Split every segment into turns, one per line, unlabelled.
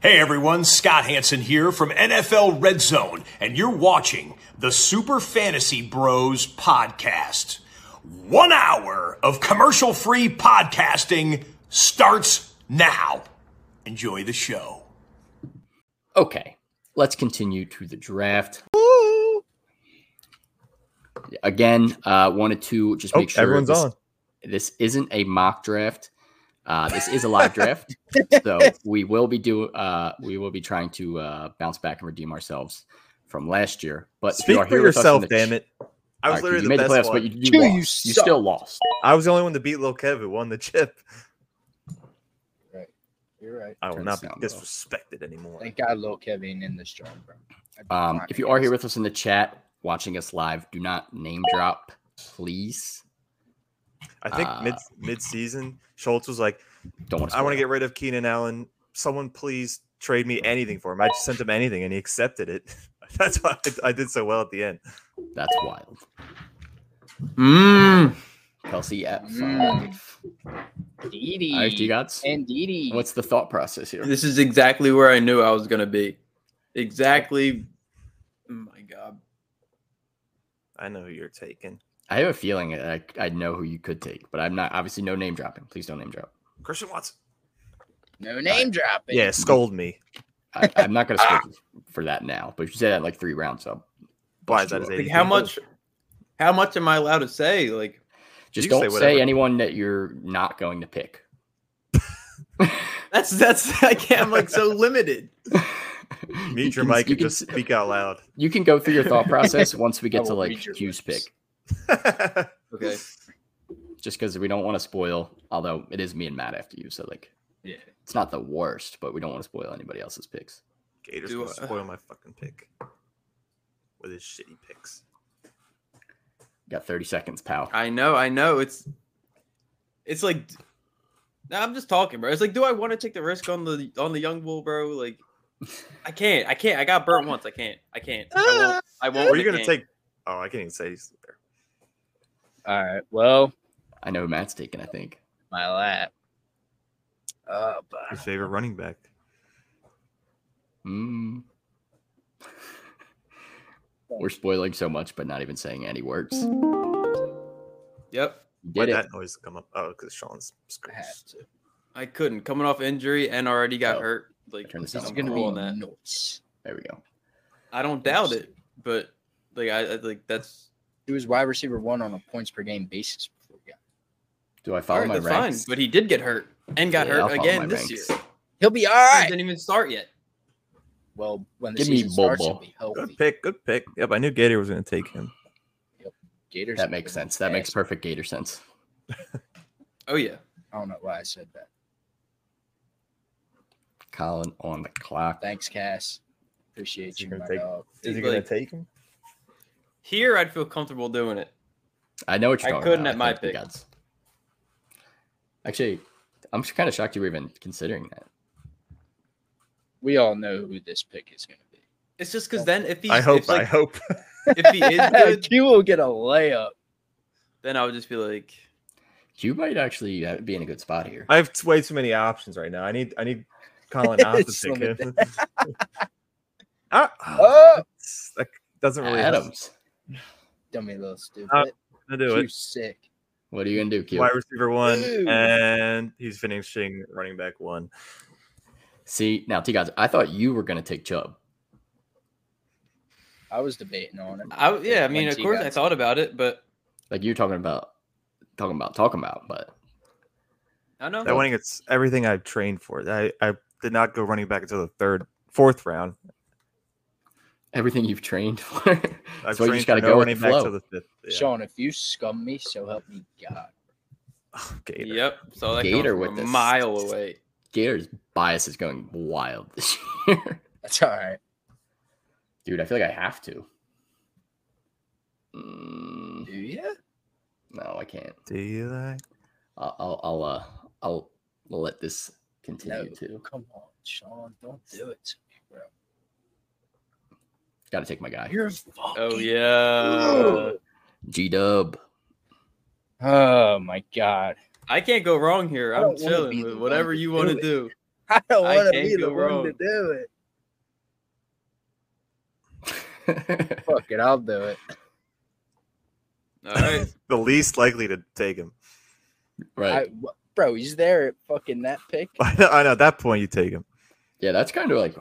Hey everyone, Scott Hansen here from NFL Red Zone, and you're watching the Super Fantasy Bros podcast. One hour of commercial free podcasting starts now. Enjoy the show.
Okay, let's continue to the draft. Again, uh, wanted to just
Oh,
make sure
everyone's
this,
on.
this isn't a mock draft. Uh, this is a live draft, so we will be do uh, we will be trying to uh, bounce back and redeem ourselves from last year. But if you are
Speak for
here with us in
yourself,
the
damn
ch-
it. I was
All right,
literally
you
the
made
best
the playoffs,
one.
but you, you
Dude, you
lost. You still
suck.
lost.
I was the only one to beat Lil Kev who won the chip.
You're right.
I will
Turn
not
the
be
sound off.
disrespected anymore.
Oh, Thank God, Lil Kevin in this job, bro. I'd be
Um,
fine,
if you
I
are here
guess.
with us in the chat, watching us live, do not name drop, please.
I think
Uh,
mid mid season, Schultz was like,
Don't want to.
I want to get rid of Keenan Allen. Someone please trade me anything for him. I just sent him anything and he accepted it. That's why I, I did so well at the end.
That's wild. Mmm. Kelsey at
Mm.
five.
Didi
All right, do you guys?
and Didi.
What's the thought process here?
This is exactly where I knew I was going to be. Exactly. Oh my God.
I know who you're taking.
I have a feeling that I, I know who you could take, but I'm not. Obviously, no name dropping. Please don't name drop.
Christian Watson.
no name dropping?
Yeah, scold me.
I, I'm not going to scold you for that now. But you said that like three rounds up.
Why is that? his
Like
80?
how much? How much am I allowed to say? Like
Just
You can say
don't say
whatever.
anyone that you're not going to pick.
that's that's I can't. I'm like so limited.
You
Mute your
can-
mic
You
and
can,
just speak out loud.
you can go through your thought process once we get to
will
like
read your
Q's
lips.
pick,
Okay.
just because we don't want to spoil. Although it is me and Matt after you, so like
Yeah.
it's not the worst, but we don't want to spoil anybody else's picks.
Gators
Do
gonna
I-
spoil my fucking pick with his shitty picks.
got 30 seconds, pal.
I know. I know. It's. It's like. Nah, I'm just talking, bro. It's like, do I want to take the risk on the on the young bull, bro? Like, I can't. I can't. I got burnt once. I can't. I can't. I won't. I won't.
Were you
I
gonna
can't.
take? Oh, I can't even say. he's there.
All right. Well,
I know Matt's taken. I think.
my lap. Oh, but
Your favorite running back.
Mm. We're spoiling so much, but not even saying any words.
Mm.
You
Yep.
Did
Why'd
it?
that noise come up? Oh, because Sean's
I had
screams.
to.
I couldn't. Coming off injury and already got
Oh.
hurt. Like,
Turn this
This
down.
is
I'm
gonna
cool
be
on that.
nuts.
There we go.
I don't doubt it, but like I, I like that's
He was wide receiver one on a points per game basis. Before we got.
Do I
all
follow
right,
my
that's
ranks?
fine. But he did get hurt and got
Yeah, I'll
hurt
follow my
again this
ranks.
year.
He'll be all
He
right.
didn't even start yet.
Well, when the
Give me
season starts, he'll
Bobo.
be healthy.
Good pick. Good pick. Yep, I knew Gator was gonna take him.
Gators.
That makes sense. That makes
Ass.
perfect Gator sense.
Oh yeah,
I don't know why I said that.
Colin on the clock.
Thanks, Cass. Appreciate
Is he
you,
gonna
my
take-
dog.
Is he gonna Like-
take him?
here I'd feel comfortable doing it.
I know what you're
I
talking
couldn't
about.
at my
think we
pick.
got- Actually, I'm kind of shocked you were even considering that.
We all know who this pick is going to be.
It's just because then if he,
I hope.
if, like,
I hope.
if he is good,
Q will get a layup.
then I would just be like,
You might actually uh, be in a good spot here.
I have t- way too many options right now. I need. I need Colin Allen to take
Slim it
him. ah,
Oh,
that doesn't really. help.
Adams,
dummy little stupid.
Uh, Gonna do
you
it.
sick.
what are you gonna do, Q?
Wide receiver one,
Ew.
and he's finishing running back one.
See now, T guys, I thought you were gonna take Chubb.
I was debating on it.
I w- yeah. I
Like,
mean,
once
of
he
course
got
I thought about it, but
Like you're talking about, talking about, talking about, but
I don't
That
know.
one against everything I trained for. I, I did not go running back until the third, fourth round.
everything you've trained for.
I've
so you
trained
just
for
gotta
no
go with
running
the
back
flow.
till the fifth. Yeah.
Sean, if you scum me, so help me God.
Oh, Gator.
Yep. So that
Gator
Gator
with
with a
this.
mile away.
Gator's bias is going wild this year.
That's all right.
Dude, I feel like I have to. Mm,
Do you?
no, I can't.
Do you like?
I'll, I'll, I'll, uh, I'll let this
No.
continue to.
Come on, Sean. Don't do it to me, bro.
Got to take my guy.
You're a fucking.
Oh yeah.
G Dub.
Oh my God.
Oh,
I can't go wrong here.
I don't
I'm
wanna be
chilling
the
with
one
whatever
to
you
do
want to
it.
do.
I don't
I
want to
can't
be
go
the one to
wrong.
do it.
Fuck it, I'll do it.
All right.
The least likely to take him.
I,
right.
wh- bro, he's there at fucking that pick.
I know, I know. At that point, you take him.
Yeah, that's kind of like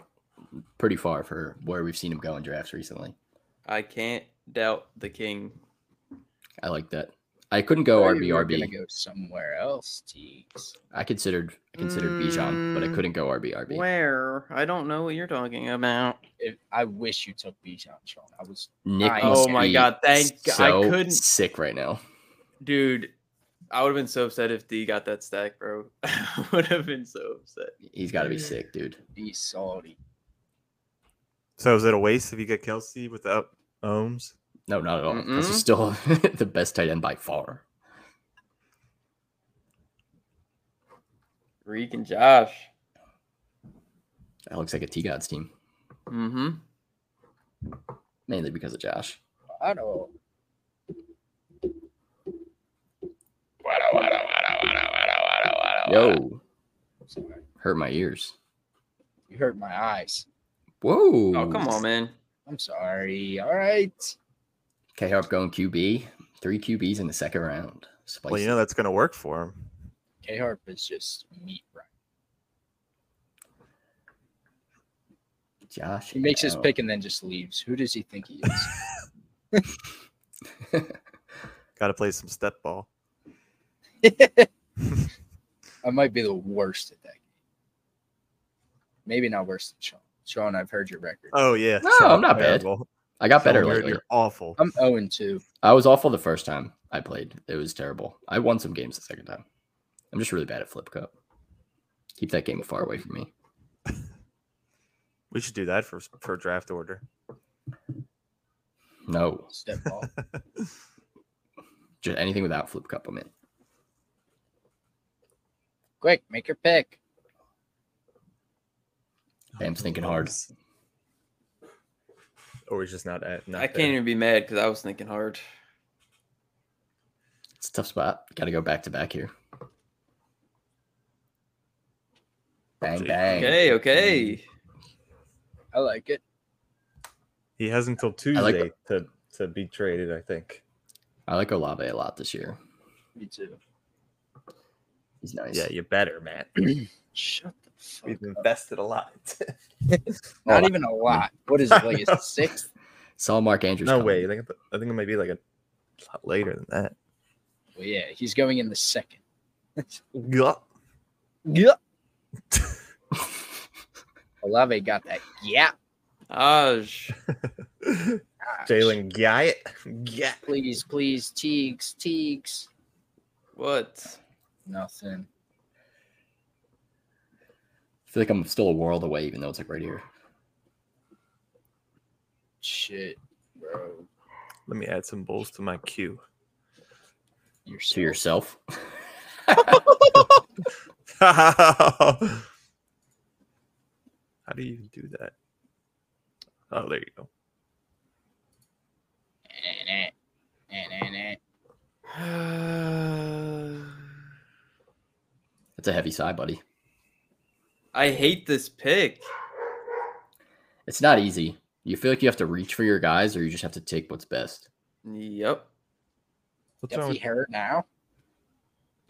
pretty far for where we've seen him go in drafts recently.
I can't doubt the king.
I like that. I couldn't go
Maybe
RB
we're gonna
RB.
Go somewhere else. Jeez.
I considered I considered Bijan, but I
Mm.
couldn't go RB RB.
Where? I don't know what you're talking about.
If, I wish you took Bijan, Sean. I was
Nick
I-
must
oh my
be
god, thank God.
so
I couldn't
sick right now.
dude. I would have been so upset if D got that stack, bro. I would have been so upset.
He's got to be sick, dude.
be salty.
So is it a waste if you get Kelsey without Ohms?
No, not at all. This
Mm-mm.
is still the best tight end by far.
Reek and Josh.
That looks like a T Gods team,
Mm-hmm.
mainly because of Josh.
I don't.
Oh, Yo,
Sorry.
hurt my ears.
You hurt my eyes.
Whoa.
Oh come on, man.
I'm sorry. All right.
Okay, Harp going QB. Three QBs in the second round. Spicy.
Well, you know that's going to work for him.
K Harp is just meat right.
Josh.
He makes his
Allen.
pick and then just leaves. Who does he think he is?
Got to play some step ball.
I might be the worst at that game. Maybe not worse than Sean. Sean, I've heard your record.
Oh yeah. Oh,
No, I'm not bad. I got better lately.
You're awful.
I'm 0 2.
I was awful the first time I played. It was terrible. I won some games the second time. I'm just really bad at Flip Cup. Keep that game far away from me.
We should do that for for draft order.
No,
Step ball.
just anything without Flip Cup, I'm in.
Oh,
Quick, make your pick.
Bam's thinking hard.
Or Oh, he's just not at. Not
I
there.
can't even be mad because I was thinking hard.
It's a tough spot. Got to go back to back here. Bang
Gee.
bang.
Okay, okay.
I like it.
He has until Tuesday
like-
to to be traded. I think.
I like Olave a lot this year.
Me too.
He's nice.
Yeah, you better, man.
Shut the fuck
We've invested a lot.
Not even a lot. What is it, like a sixth?
Saw Mark Andrews.
no
coming.
way. I think, I think it might be like a lot later than that.
Well, yeah, he's going in the second.
Yup.
Yeah. Olave got that. Yeah.
Aj.
Jalen Guyett. Yeah.
Please, please, Teagues, Teagues.
What?
Nothing.
I feel like I'm still a world away, even though it's like right here.
Shit, bro.
Let me add some bowls to my queue.
You're
To
so
yourself.
How do you do that? Oh, there you go.
Eh, eh, eh, eh.
That's a heavy sigh, buddy.
I hate this pick.
It's not easy. You feel like you have to reach for your guys, or you just have to take what's best.
Yep.
What's wrong
If he
with
hurt now,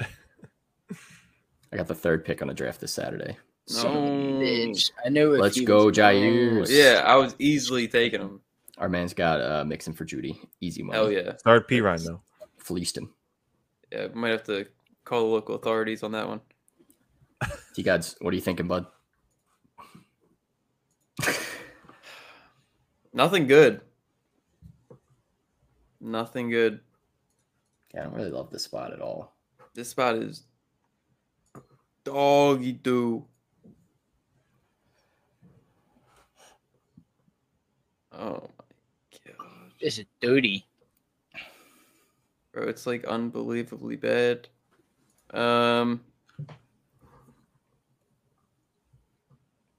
I got the third pick on a draft this Saturday.
son of a
No.
bitch. I knew if
Let's
he
go,
was gone-
Jair.
Yeah, I was easily taking him.
Our man's got uh, mixing for Judy. Easy money.
Hell yeah.
Start P Ryan though.
Fleeced him.
Yeah, we might have to call the local authorities on that one.
T gods, what are you thinking, bud?
Nothing good. Nothing good.
Yeah, I don't really love this spot at all.
This spot is doggy do. Oh my god.
This is duty.
Bro, it's like unbelievably bad. Um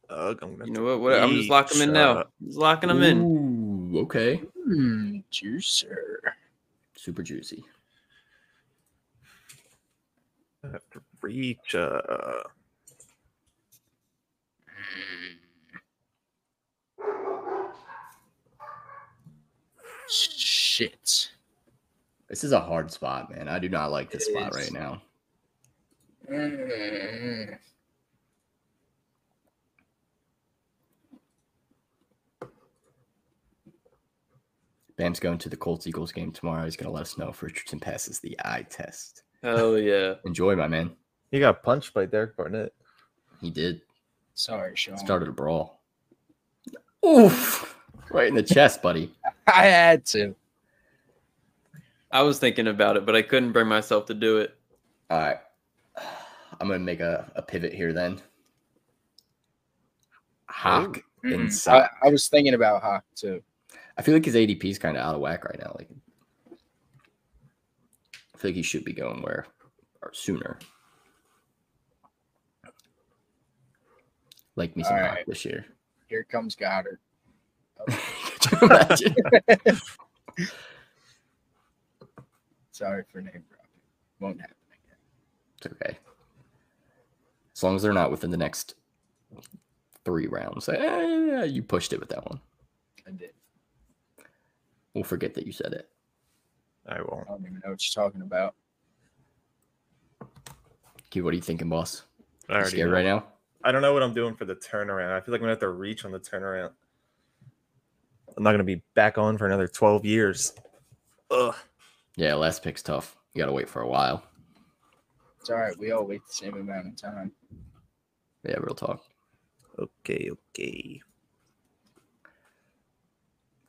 Ugh, I'm gonna
you know what? what I'm just
Yeet,
locking them in
shut
now.
up.
Just locking them in.
Ooh, okay.
Hmm, juicer.
Super juicy.
have to reach. Uh,
shits.
This is a hard spot, man. I do not like this
It
spot
is.
right now.
Mm.
Bam's going to the Colts Eagles game tomorrow. He's going to let us know if Richardson passes the eye test.
Hell yeah.
Enjoy, my man.
He got punched by Derek Barnett.
He did.
Sorry, Sean.
Started a brawl. Oof. Right in the chest, buddy.
I had to.
I was thinking about it, but I couldn't bring myself to do it.
All right. I'm going to make a, a pivot here then.
Oh.
Hawk
Mm-mm.
inside.
Mm. I, I was thinking about Hawk too.
I feel like his ADP is kind of out of whack right now. Like, I feel like he should be going where or sooner. Like me some
All
Hawk
right.
this year.
Here comes Goddard.
Could you imagine?
Sorry for name dropping. Won't happen again.
It's okay. As long as they're not within the next three rounds. Eh, you pushed it with that one.
I did.
We'll forget that you said it.
I won't.
I don't even know what you're talking about.
Q, what are you thinking, boss?
I
You
already
scared
know.
right now?
I don't know what I'm doing for the turnaround. I feel like I'm gonna have to reach on the turnaround. I'm not gonna be back on for another 12 years. Ugh.
Yeah, last pick's tough. You gotta wait for a while.
It's all right. We all wait the same amount of time.
Yeah, real talk.
Okay, okay.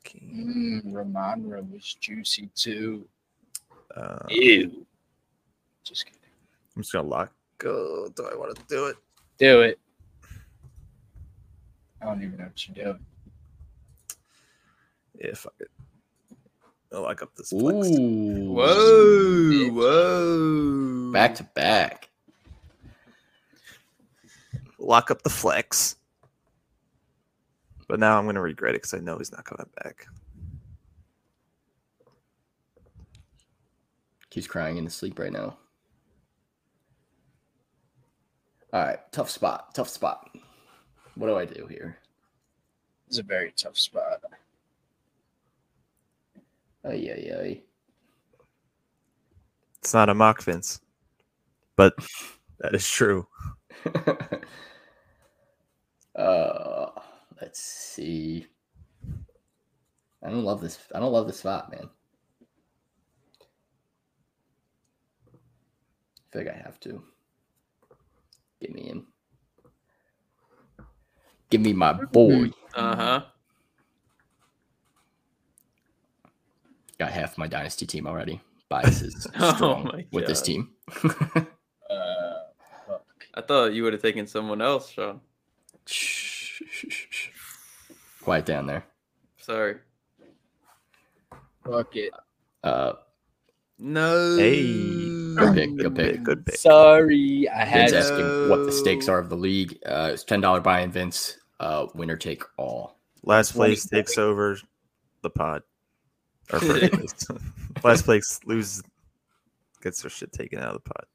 Okay.
Mm, Ramondre was juicy too.
Uh,
Ew. Just kidding.
I'm just gonna lock. Go. do I want to do it?
Do it. I don't even know what you're doing.
If I could. I'll lock up this flex.
Ooh.
Whoa. Whoa.
Back to back.
Lock up the flex. But now I'm gonna regret it because I know he's not coming back.
Q's crying in his sleep right now. All right, tough spot. Tough spot. What do I do here?
It's a very tough spot.
Oh yeah, yeah.
It's not a mock Vince, but that is true.
uh, let's see. I don't love this. I don't love this spot, man. I feel like I have to. Get me in. Give me my boy.
Uh huh.
Got half my dynasty team already. Bias is
Oh
strong
my
with this
God.
team.
Uh,
I thought you would have taken someone else, Sean.
Shh, shh, shh, shh. Quiet down there.
Sorry.
fuck it.
Uh,
No.
Hey.
Good pick, good pick.
Good pick.
Sorry, I
Vince
had.
Yes.
asking what the stakes
No.
are of the league. Uh, it's ten dollar buy-in, Vince. Uh, winner take all.
Last
Twenty
place takes over the pod. Or first place. Last place loses, gets their shit taken out of the pod.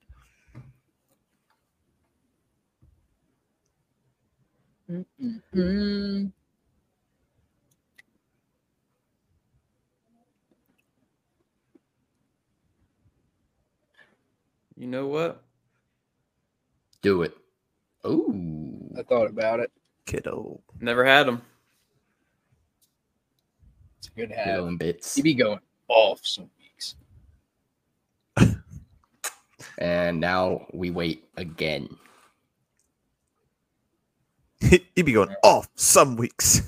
Mm,
You know what?
Do it. Ooh,
I thought about it.
Kiddo.
Never had him.
It's a good
Kittle
have.
and bits.
He be going off some weeks.
And now we wait again.
He'd be going off some weeks.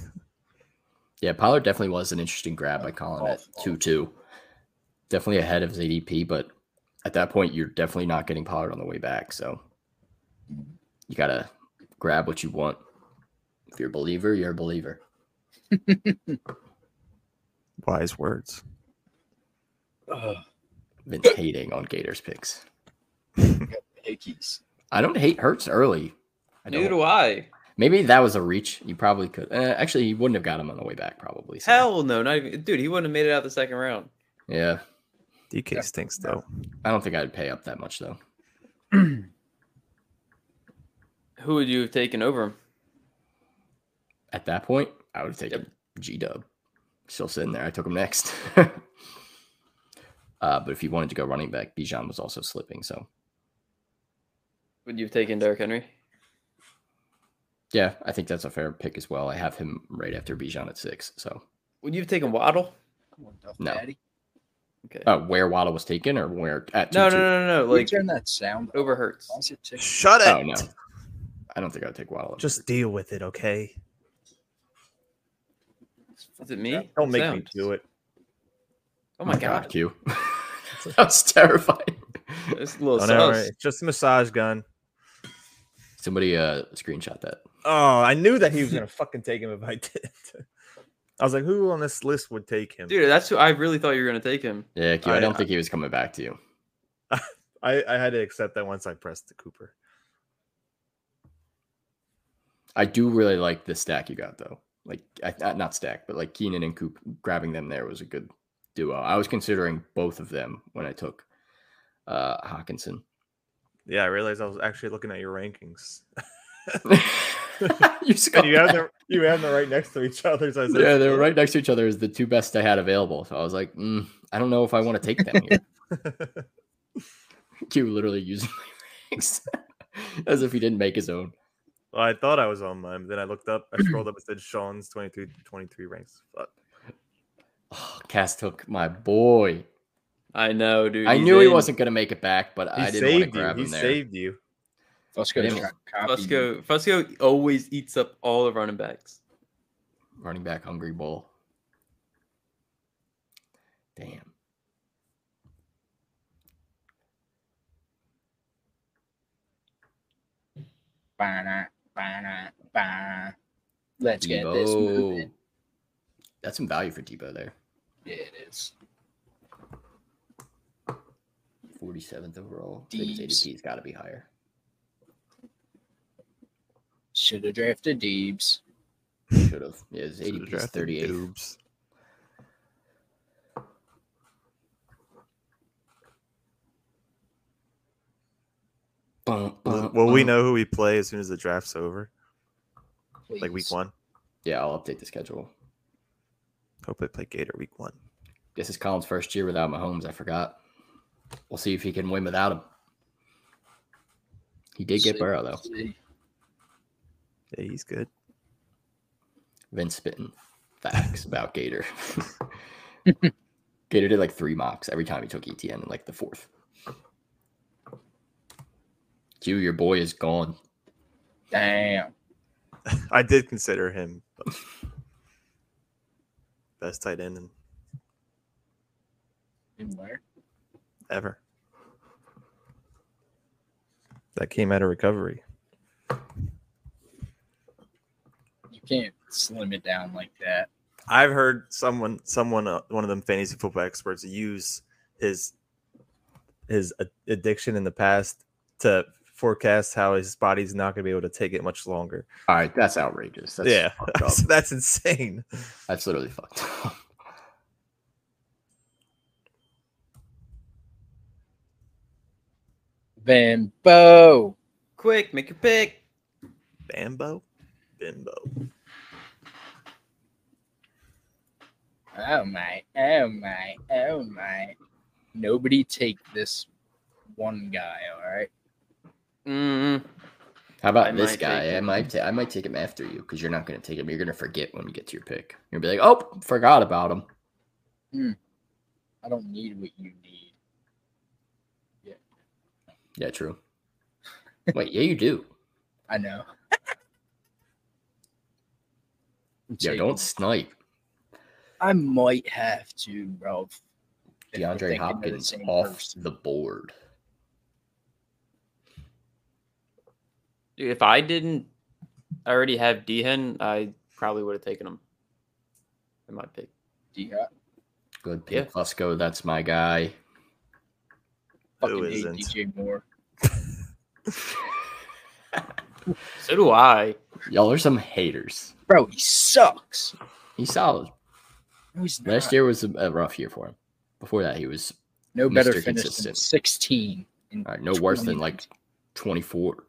Yeah, Pollard definitely was an interesting grab by Colin at two two. Definitely ahead of his ADP, but at that point you're definitely not getting Pollard on the way back. So you gotta grab what you want. If you're a believer, you're a believer.
Wise words.
Ugh,
Vince hating on Gators picks.
hickeys.
I don't hate Hurts early. I
Neither
don't.
do I.
Maybe that was a reach. You probably could. Uh, actually, you wouldn't have got him on the way back, probably. so-
Hell no, not even dude, he wouldn't have made it out the second round.
Yeah.
DK
Yeah.
stinks, though.
I don't think I'd pay up that much, though.
Who would you have taken over him?
At that point, I would have taken G Dub. Still sitting there. I took him next. Uh, but if you wanted to go running back, Bijan was also slipping. So
Would you have taken Derrick Henry?
yeah, I think that's a fair pick as well. I have him right after Bijan at six. So
Would you have taken Waddle?
What the
No.
fatty?
Okay.
uh, where Waddle was taken or where at
no, no,
2-2?
no, no, no.
Can you
Like
turn that sound off?
over Hurts.
Why is it tick-
Shut
Oh no, I don't think I'd take Waddle. over
Just
Brees.
deal with it, okay?
Is it me?
Don't make
Sound.
me do it.
Oh my god.
Q. That's terrifying.
It's a little
Oh,
sus.
no, right. It's Just a massage gun.
Somebody uh screenshot that.
Oh, I knew that he was gonna fucking take him if I did. I was like, who on this list would take him?
Dude, that's who I really thought you were gonna take him.
Yeah, Q. I,
I-
don't
I-
think he was coming back to you.
I, I had to accept that once I pressed the Cooper.
I do really like the stack you got though. Like I, I- not stack, but like Keenan and Coop grabbing them there was a good duo. I was considering both of them when I took uh Hawkinson.
Yeah, I realized I was actually looking at your rankings.
you
And you have
that.
them you have them right next to each other. So I said,
yeah, they were right next to each other as the two best I had available. So I was like, mm, I don't know if I want to take them here. Q literally using my ranks as if he didn't make his own.
Well, I thought I was on mine, but then I looked up, I scrolled up, it said Sean's 22 23 ranks. Fuck.
Oh, Cass took my boy.
I know, dude.
I
he's
knew he
in.
wasn't going to make it back, but I didn't want to
saved
grab
you.
him
he
there.
saved you.
Fusco
Damn
just
it.
got copied.
Fusco Fusco always eats up all the running backs.
Running back, hungry bull. Damn.
Ba-na, ba-na, ba-na. Let's get this
Debo.
moving.
That's some value for Debo there.
Yeah, it is.
47th overall. I think his
Deeps.
ADP's got to be higher.
Should have drafted Deebs.
Should have. Yeah, his
Should've
ADP's
drafted
38th.
Doobes.
Bum,
Will
bum,
will we
bum.
know who we play as soon as the draft's over?
Please.
Like week one?
Yeah, I'll update the schedule.
Hope they play Gator week one.
This is Colin's first year without Mahomes. I forgot. We'll see if he can win without him. He did get
See,
Burrow though.
see.
Yeah, he's good.
Vince spitting facts about Gator. Gator did like three mocks every time he took ETN in like the fourth. Q, your boy is gone.
Damn.
I did consider him but- best tight end in-
And where?
ever. That came out of recovery.
You can't slim it down like that.
I've heard someone, someone, uh, one of them fantasy football experts use his his a- addiction in the past to forecast how his body's not going to be able to take it much longer.
All right, that's outrageous. That's
yeah,
fucked up.
So that's insane.
That's literally fucked up.
Bimbo.
Quick, make your pick.
Bambo, bimbo.
Oh my. Oh my. Oh my. Nobody take this one guy, all right?
Mm.
How about
I
this
might
guy?
take
I
him.
might, ta- I might take him after you because you're not going to take him. You're going to forget when you get to your pick. You're gonna be like, oh, forgot about him.
I don't need what you need.
Yeah, true. Wait, yeah, you do.
I know. I'm
Yeah,
taking-
don't snipe
I might have to, bro. if we're
DeAndre
thinking of the
Hopkins
same
off
person.
the board.
Dude, if I didn't already have Dehen, I probably would have taken him in my pick.
Yeah,
Good
Yeah.
pick, Fusco. That's my guy.
fucking hate
isn't?
DJ Moore.
So do I.
Y'all are some haters.
Bro, he sucks.
He's solid.
No, he's not.
Last year was a, a rough year for him. Before that, he was
no better
Mr.
finish than
Consistent.
16 and
all right, no worse than like 24. All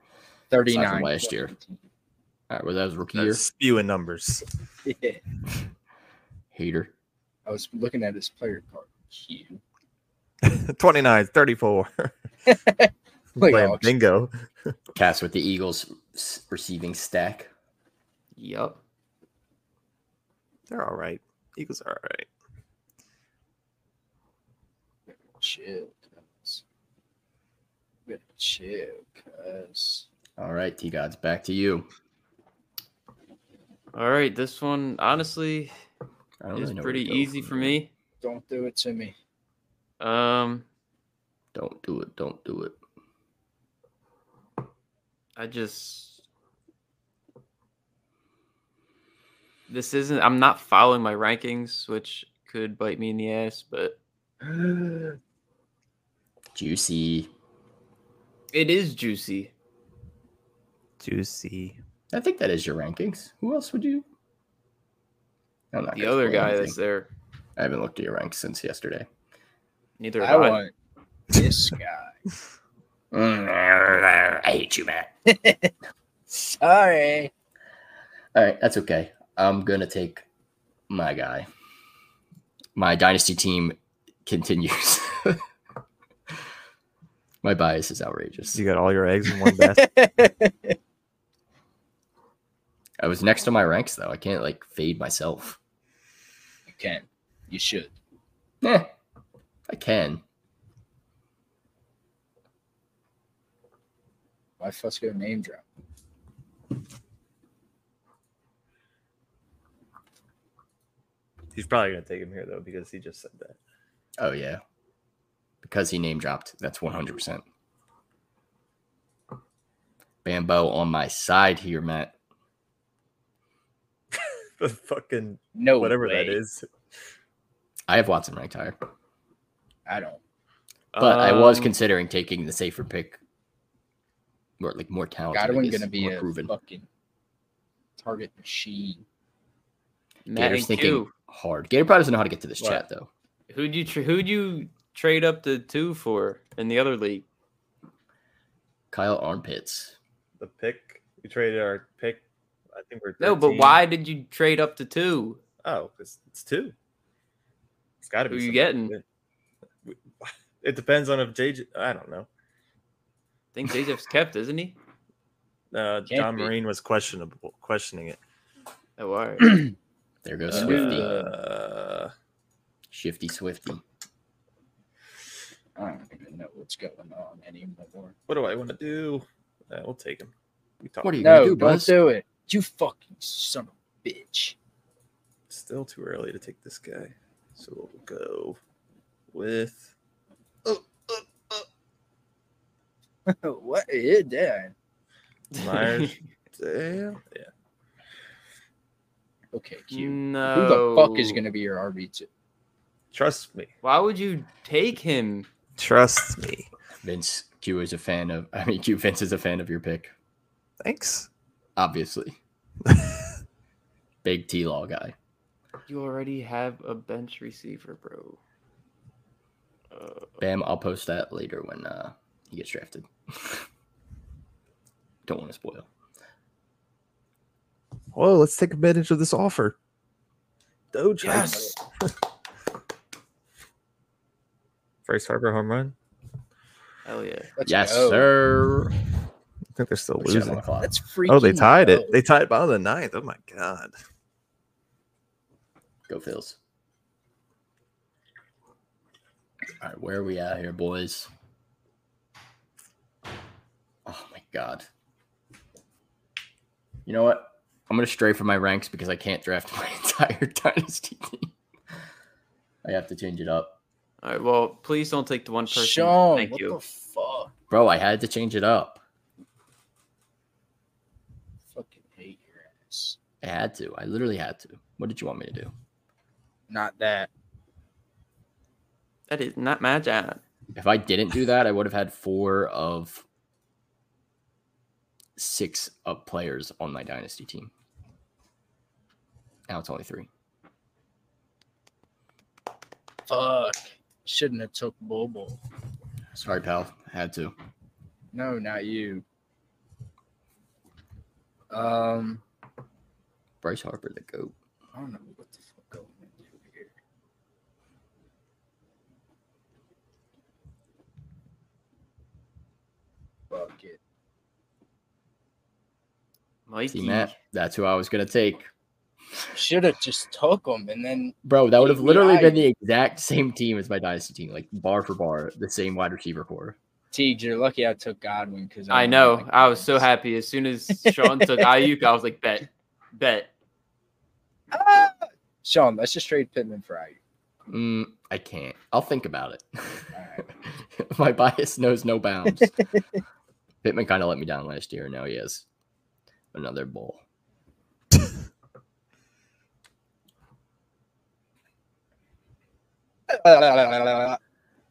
39
last year. right, well, that was rookie year.
That's spewing numbers.
Yeah.
Hater.
I was looking at his player card. Cute.
29, 34.
Like oh,
Playing
Alex.
bingo.
Cass with the Eagles s- receiving stack.
Yep.
They're all right. Eagles are all right.
Chill, cuz. We gotta Chill, cuz.
All right, T Gods, back to you.
All right, this one honestly
I don't really know
is
where to
pretty
go
easy
from
for
there.
me.
Don't do it to me.
Um,
Don't do it. Don't do it.
I just this isn't. I'm not following my rankings, which could bite me in the ass, but
Juicy.
it is juicy.
Juicy.
I think that is your rankings. Who else would you? I'm not
The
gonna
other
spoil
guy
anything.
that's there,
I haven't looked at your ranks since yesterday.
neither
I
have I.
want this guy.
Mm, I hate you, Matt.
Sorry.
All right, that's okay. I'm gonna take my guy. My dynasty team continues. my bias is outrageous.
You got all your eggs in one basket.
I was next to my ranks though. I can't like fade myself.
You can. You should.
Eh, I can.
Why Fusco name drop?
He's probably going to take him here, though, because he just said that.
Oh yeah, because he name dropped. That's one hundred percent. Bambo on my side here, Matt.
The fucking
No.
whatever that
way.
is.
I have Watson ranked higher,
I don't.
but I was
Um,
considering taking the safer pick, more like more
Oh,
talented. I
Godwin
guess,
gonna be
more
a
proven.
fucking target machine.
Matt
Gator's
and
thinking
Q.
hard. Gator probably doesn't know how to get to this
What?
chat though.
Who'd you tra- who'd you trade up to two for in the other league?
Kyle armpits.
The pick. We traded our pick. I think we're.
No, but
13.
why did you trade up to two?
Oh, it's, it's two. It's got to be.
Who you
somebody.
getting?
It depends on if JJ. I don't know.
I think Jacob's kept, isn't he?
Uh,
Can't
John
be.
Marine was questionable, questioning it.
Oh, all right.
There goes
Uh,
Swifty.
Uh,
Shifty Swifty.
I don't even know what's going on anymore.
what do I want to do? Uh, we'll take him. We talked.
What are you
No,
gonna do,
don't
Buzz?
do it. You fucking son of a bitch.
Still too early to take this guy, so we'll go with.
what are you doing?
Myers. Damn. Yeah.
Okay, Q.
Mm, no.
Who the fuck is gonna be your RB two?
Trust me.
Why would you take him?
Trust me.
Vince Q is a fan of. I mean, Q Vince is a fan of your pick,
Thanks.
obviously. Big T Law guy.
You already have a bench receiver, bro. Uh,
Bam, I'll post that later when uh, he gets drafted. Don't want to spoil.
Whoa, let's take advantage of this offer. Doge.
yes.
First Harbor home run.
Hell yeah.
Let's
yes,
go.
sir.
I think they're still
Push it on the
losing.
clock.
Let's freaking.
Oh, they tied
go.
it. They tied by the ninth. Oh my god.
Go Phils. All right, where are we at here, boys? Oh my god. You know what? I'm gonna stray from my ranks because I can't draft my entire dynasty team. I have to change it up.
All right. Well, please don't take the one person.
Sean,
Thank
what
you.
the fuck?
Bro, I had to change it up.
Fucking hate your ass.
I had to. I literally had to. What did you want me to do?
Not that.
that is not my job.
If I didn't do that, I would have had four of six up players on my dynasty team. Now it's only three.
Fuck. Shouldn't have took Bobo.
Sorry, pal. Had to.
No, not you. Um,
Bryce Harper, the goat.
I don't know what the fuck I'm gonna do here. Fuck it.
Mikey.
See, Matt, that's who I was gonna take,
Should have just took him and then
bro. That would have
Yeah,
literally
I-
been the exact same team as my dynasty team, like bar for bar, the same wide receiver core.
Teague, you're lucky I took Godwin because
I know. I was so happy as soon as Sean took Ayuk. I was like, bet, bet.
Sean, let's just trade Pittman for Ayuk.
Mm, I can't. I'll think about it. my bias knows no bounds. Pittman kind of let me down last year. Now he has another bull.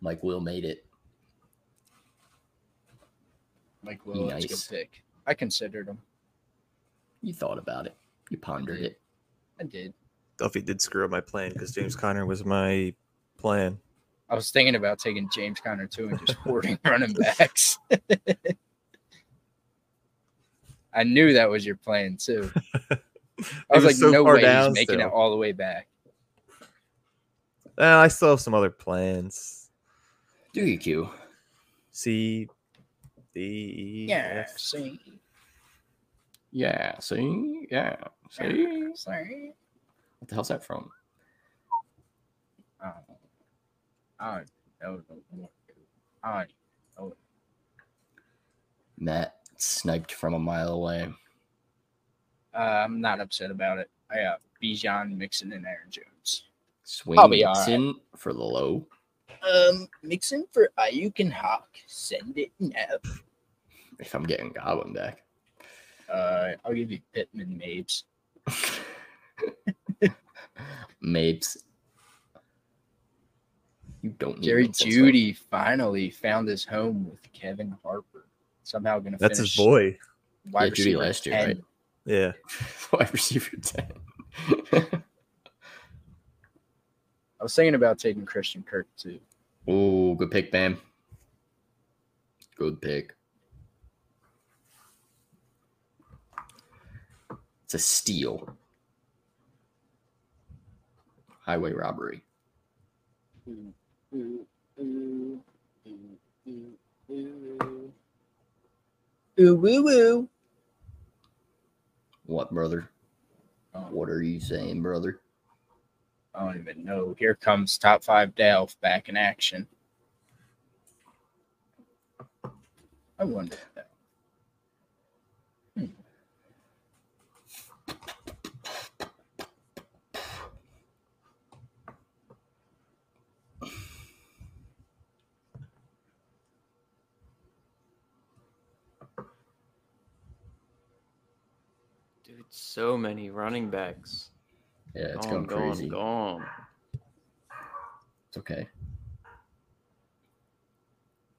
Like Will made it.
Like, well, that's a good
Nice.
pick. I considered him.
You thought about it. You pondered it.
I did.
Duffy did screw up my plan because James Conner was my plan.
I was thinking about taking James Conner too and just hoarding running backs. I knew that was your plan too. I was,
He
like,
so
no
far
way
down
he's making
still.
it all the way back.
Uh, I still have some other plans.
Do you, Q?
C, D, E,
Yeah,
F.
see,
Yeah. See? Yeah. See?
sorry.
What the hell's that from?
I don't know. I don't know no more. I don't
Matt sniped from a mile away.
Uh, I'm not upset about it. I got Bijan, Mixon, and Aaron Jones.
Swing
I'll be all
Mixon for the low.
Um, Mixon for Ayuk and Hawk. Send it now.
If I'm getting Godwin back.
Uh, I'll give you Pittman, Mapes.
Mapes. You don't need
Jerry
Mixon, so-
Judy finally found his home with Kevin Harper. Somehow going to
That's his boy.
Wide
Yeah, Judy
receiver
last year,
10.
right?
Yeah.
Wide receiver 10.
I was thinking about taking Christian Kirk too.
Ooh, good pick, Bam. Good pick. It's a steal. Highway robbery.
Ooh, ooh, ooh, ooh. Ooh, woo, woo.
What, brother?
Oh.
What are you saying, brother?
I don't even know. Here comes top five Delph back in action. I wonder. if that- Hmm.
Dude, so many running backs.
Yeah, it's
gone,
going
gone,
crazy.
gone.
It's okay.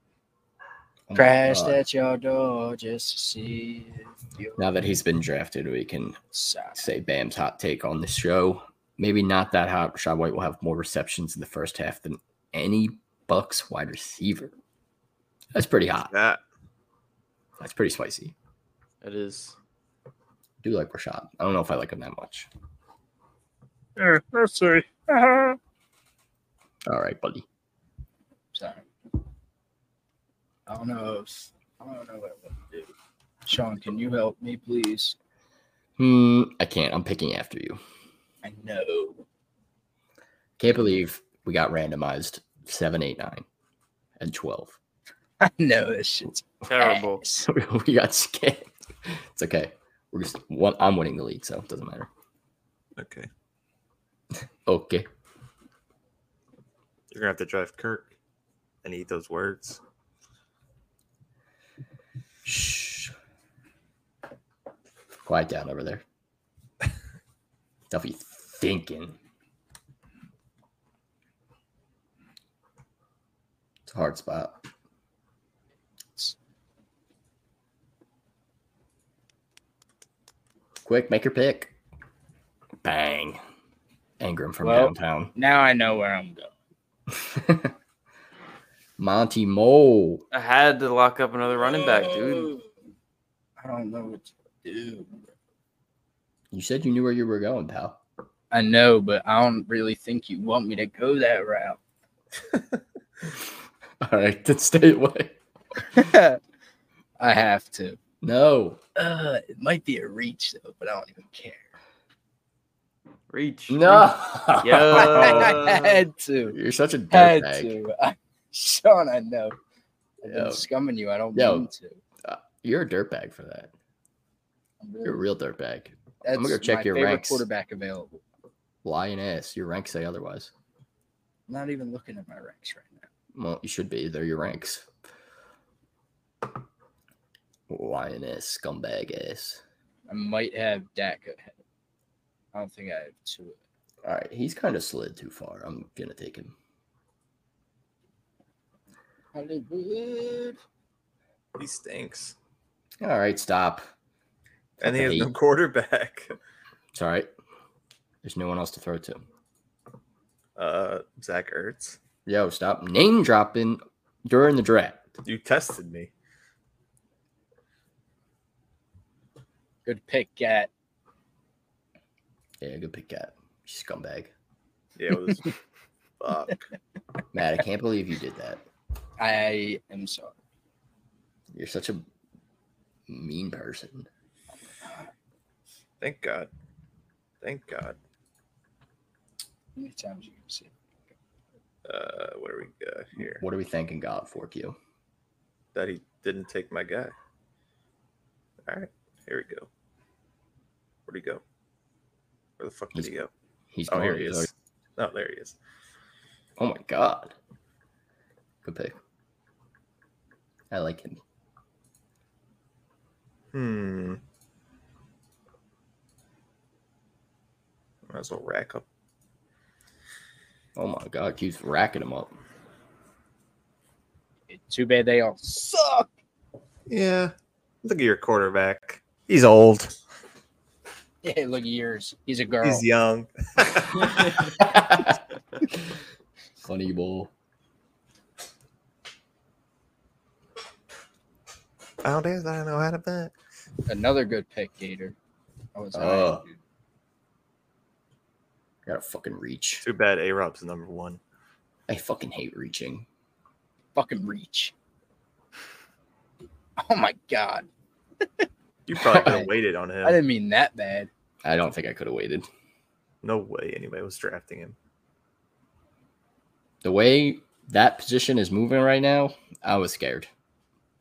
Oh my
Crashed
God.
at your door just to see if you
Now that he's been drafted, we can
suck.
say Bam's hot take on the show. Maybe not that hot. Rashad White will have more receptions in the first half than any Bucks wide receiver. That's pretty hot.
That
That's pretty spicy.
It is.
do like Rashad. I don't know if I like him that much. All right, buddy.
Sorry. I don't know. If, I don't know what I want to do. Sean, can you help me, please?
Hmm, I can't. I'm picking after you.
I know.
Can't believe we got randomized seven, eight, nine, and 12.
I know this shit's
Terrible.
ass.
we got scared. It's okay. We're just one, I'm winning the lead, so it doesn't matter.
okay.
Okay.
You're gonna have to drive Kirk. I need those words.
Shh. Quiet down over there. Duffy thinking. It's a hard spot. Quick, make your pick. Bang. Ingram from
Well-
downtown.
Now I know where I'm going.
Monty Mole.
I had to lock up another running back, dude.
I don't know what to do.
You said you knew where you were going, pal.
I know, but I don't really think you want me to go that route.
All right, then stay away.
I I have to.
No.
Uh, it might be a reach though, but I don't even care.
Reach.
No.
Uh, Yeah.
I had to.
You're such a
Had
dirtbag.
to. I, Sean, I know. I've
Yo.
been scumming you. I don't
Yo.
mean to.
You're a dirtbag for that.
I'm
You're a
really-
real dirtbag.
That's
gonna go check
my
your
favorite
ranks.
quarterback available.
Lying ass. Your ranks say otherwise.
I'm not even looking at my ranks right now.
Well, you should be. They're your ranks. Lying ass, scumbag ass.
I might have Dak ahead. I don't think I have two.
All right, he's kind of slid too far. I'm gonna take him.
Hollywood.
He stinks,
All right, stop.
and he has no
Eight.
quarterback.
It's all right. There's no one else to throw to.
Uh, Zach Ertz,
Yo, stop name dropping during the draft.
you tested me.
Good pick, Gat.
Yeah, good pick, Cat. Scumbag.
Yeah, it was fuck.
Matt, I can't believe you did that.
I am sorry.
You're such a mean person.
Thank God. Thank God.
How many times you can see? it?
Uh, what do we got here?
What are we thanking God for, Q?
That he didn't take my guy. All right, here we go. Where'd he go? Where the fuck did he go?
He's
Oh, here
gone.
he
He's
is. Oh, there he is.
already- Oh my God. Good pick. I like him.
Hmm. Might as well rack up.
Oh my God, Q's racking him up.
It's too bad they all suck.
Yeah. Look at your quarterback. He's old.
Yeah, look at yours. He's a girl.
He's young.
Funny bull.
Oh, damn, I don't know how to bet.
Another good pick, Gator. I was
Oh. Gotta fucking reach.
Too bad A Rob's number one.
I fucking hate reaching.
fucking reach. Oh my god.
You probably could have waited on
I
him.
didn't mean that bad.
I don't think I could have waited.
No way anybody was drafting him.
The way that position is moving right now, I was scared.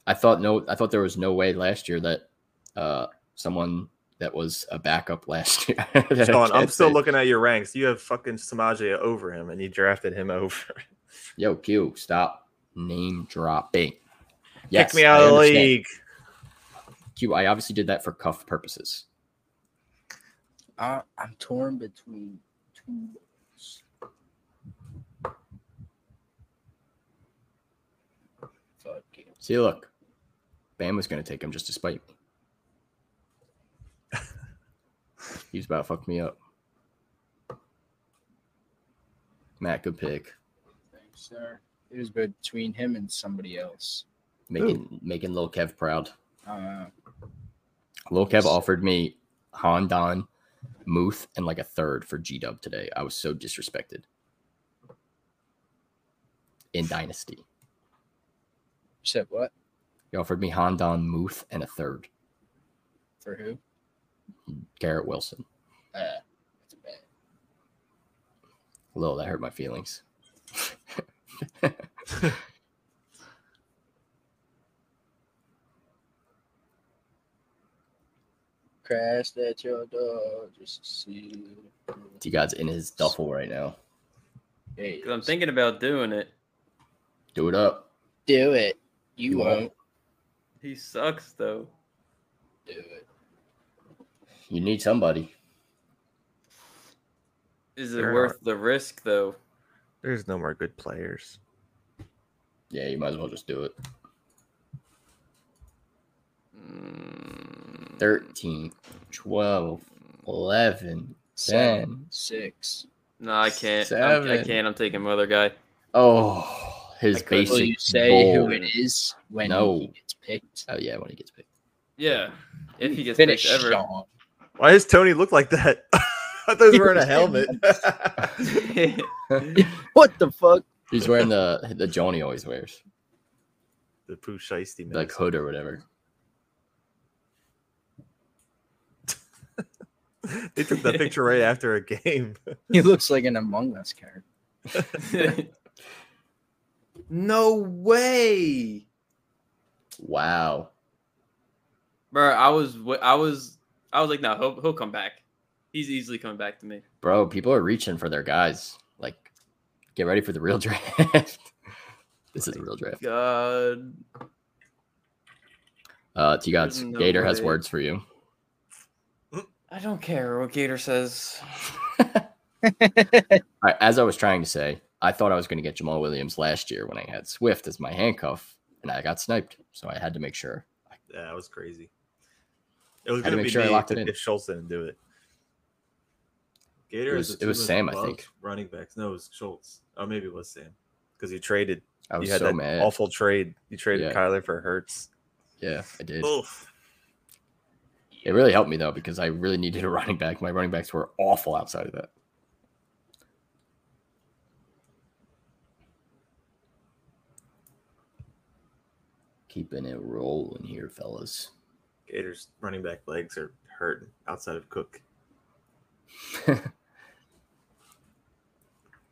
I thought no, I thought there was no way last year that uh, someone that was a backup last year. that I
Sean, I'm
drafted-
still looking at your ranks. You have fucking Samaje over him, and you drafted him over.
Yo, Q, stop name dropping. Yes,
Kick me out
I
of the
understand.
league.
Q, I obviously did that for cuff purposes.
I, I'm torn between two. Fuck it.
See, look, Bam was going to take him just to spite me. He's about to fuck me up. Matt, good pick.
Thanks, sir. It was between him and somebody else.
Making making Lil Kev proud.
Uh,
Lil Kev offered me Hondon, Muth, and like a third for G Dub today. I was so disrespected. In Dynasty.
said what?
He offered me Hondon, Muth, and a third.
For who?
Garrett Wilson.
Uh, that's bad.
Lil, that hurt my feelings.
Crashed at your door just to see.
D God's in his duffel right now.
Hey,
'Cause I'm thinking about doing it.
Do it up.
do it. You,
You won't.
won't.
He sucks though.
do it.
You need somebody.
Is it
Fair
worth the risk though?
There's no more good players.
Yeah, you might as well just do it.
Mm,
13, 12, 11,
Seven,
10.
six.
No, I can't. I'm- I
Seven.
can't. I'm taking my other guy.
Oh,
I
his
could-
basic.
Will
Will you say
bowl.
who it is when
No.
he gets picked?
Oh, yeah, when he gets picked.
Yeah, if he gets
Finish
picked ever.
Sean.
Why does Tony look like that? I thought he was wearing a helmet.
What the fuck?
He's wearing the the Johnny always wears,
the poo shiesty man.
like hood or whatever.
they took that picture right after a game.
He looks like an Among Us character.
no way,
Wow.
bro. I was, wi- I was, I was like, no, he'll, he'll come back. He's easily coming back to me.
Bro, people are reaching for their guys. Like, get ready for the real draft. this is a real draft.
God,
Uh, T Gods,
There's no
Gator has
way.
words for you.
I don't care what Gator says.
I, as I was trying to say, I thought I was going to get Jamal Williams last year when I had Swift as my handcuff, and I got sniped. So I had to make sure.
Yeah, that was crazy. It was
Had to
going to
make
be
sure I
me
locked it
if
in.
if Schultz didn't do it. Gator
It
is
was-
the
it was
two most
Sam, I
beloved
think.
Running backs. No, it was Schultz. Oh, maybe it was Sam because you traded.
I was
you had
so
that
mad.
awful trade. You traded
Yeah.
Kyler for Hertz.
Yeah, I did.
Oof.
It really helped me though because I really needed a running back. My running backs were awful outside of that. Keeping it rolling here, fellas.
Gator's running back legs are hurting outside of Cook.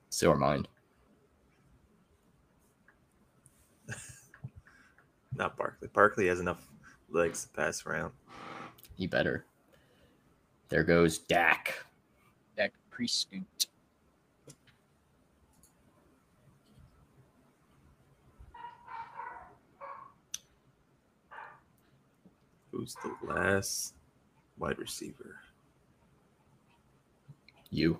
So are mine.
Not Barkley. Barkley has enough legs to pass around.
He better. There goes Dak.
That pre-scoot.
Who's the last wide receiver?
You.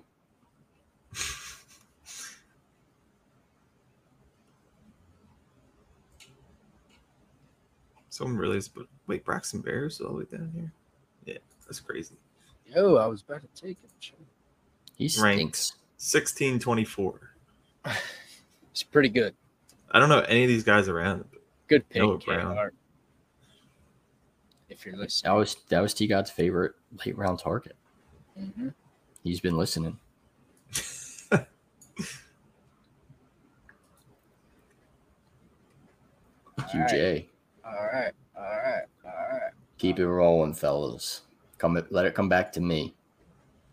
Someone realized, but wait, Braxton Bears all the way down here. Yeah, that's crazy.
Yo, I was about to take him. shit.
He
Ranked.
stinks.
Sixteen twenty-four.
It's pretty good.
I don't know any of these guys around.
Good pick,
Noah Brown.
KR. If you're listening.
That was that was T God's favorite late round target.
Mhm.
He's been listening.
All right.
QJ.
All right. All right. All right.
Keep it rolling, fellas. Come let it come back to me.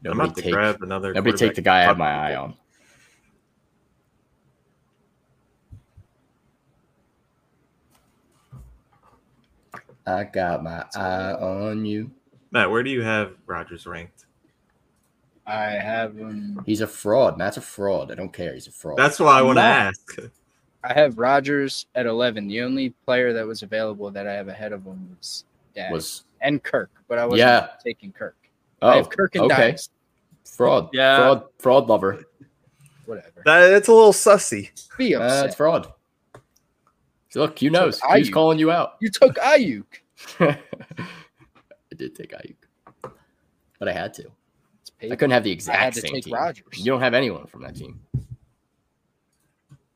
I'm about
Nobody
to
take
grab another.
nobody take
quarterback
the guy I had
fucking
my eye
people.
on. I got my eye on you.
Matt, where do you have Rogers ranked?
I have um,
He's a fraud. Matt's a fraud. I don't care. He's a fraud.
That's why I want to
Matt.
ask.
I have Rogers at eleven. The only player that was available that I have ahead of him was Dak
was
and Kirk, but I wasn't
Yeah.
taking Kirk. I
oh
have Kirk and
okay.
Dykes.
fraud.
Yeah.
fraud, fraud lover.
Whatever.
That it's a little sussy.
Be
Uh,
upset.
it's fraud. See, Look, Q knows.
Took
Q's
Ayuk.
calling you out.
you took Ayuk.
I did take Ayuk, but I had to.
It's
I
paid.
couldn't have the
I
exact
had to
same
take
team.
Rogers.
You don't have anyone from that team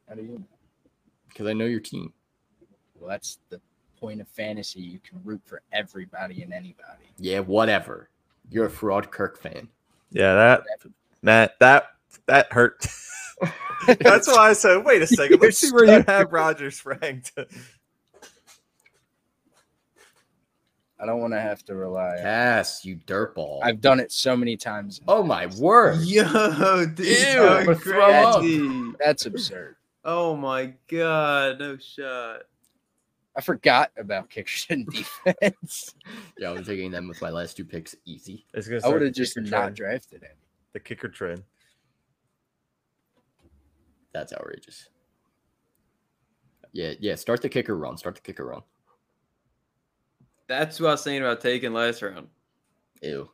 How do you?
because I know your team.
Well, that's the point of fantasy. You can root for everybody and anybody.
Yeah, whatever. You're a fraud Kirk fan.
Yeah, that Matt, that that hurt. That's why I said, wait a second, let's see where you have Rogers ranked.
I don't want to have to rely. on
Yes, you dirtball.
I've done it so many times.
oh my word.
Yo,
Ew,
these are
I'm gonna throw up.
crazy.
That's absurd.
Oh my god, no shot.
I forgot about kickers and defense.
Yeah, I was taking them with my last two picks easy.
It's gonna
I
start
would
the
have just
kicker
not
trend,
drafted it.
the kicker trend.
That's outrageous. Yeah, yeah. Start the kicker run. Start the kicker run.
That's what I was saying about taking last round.
Ew.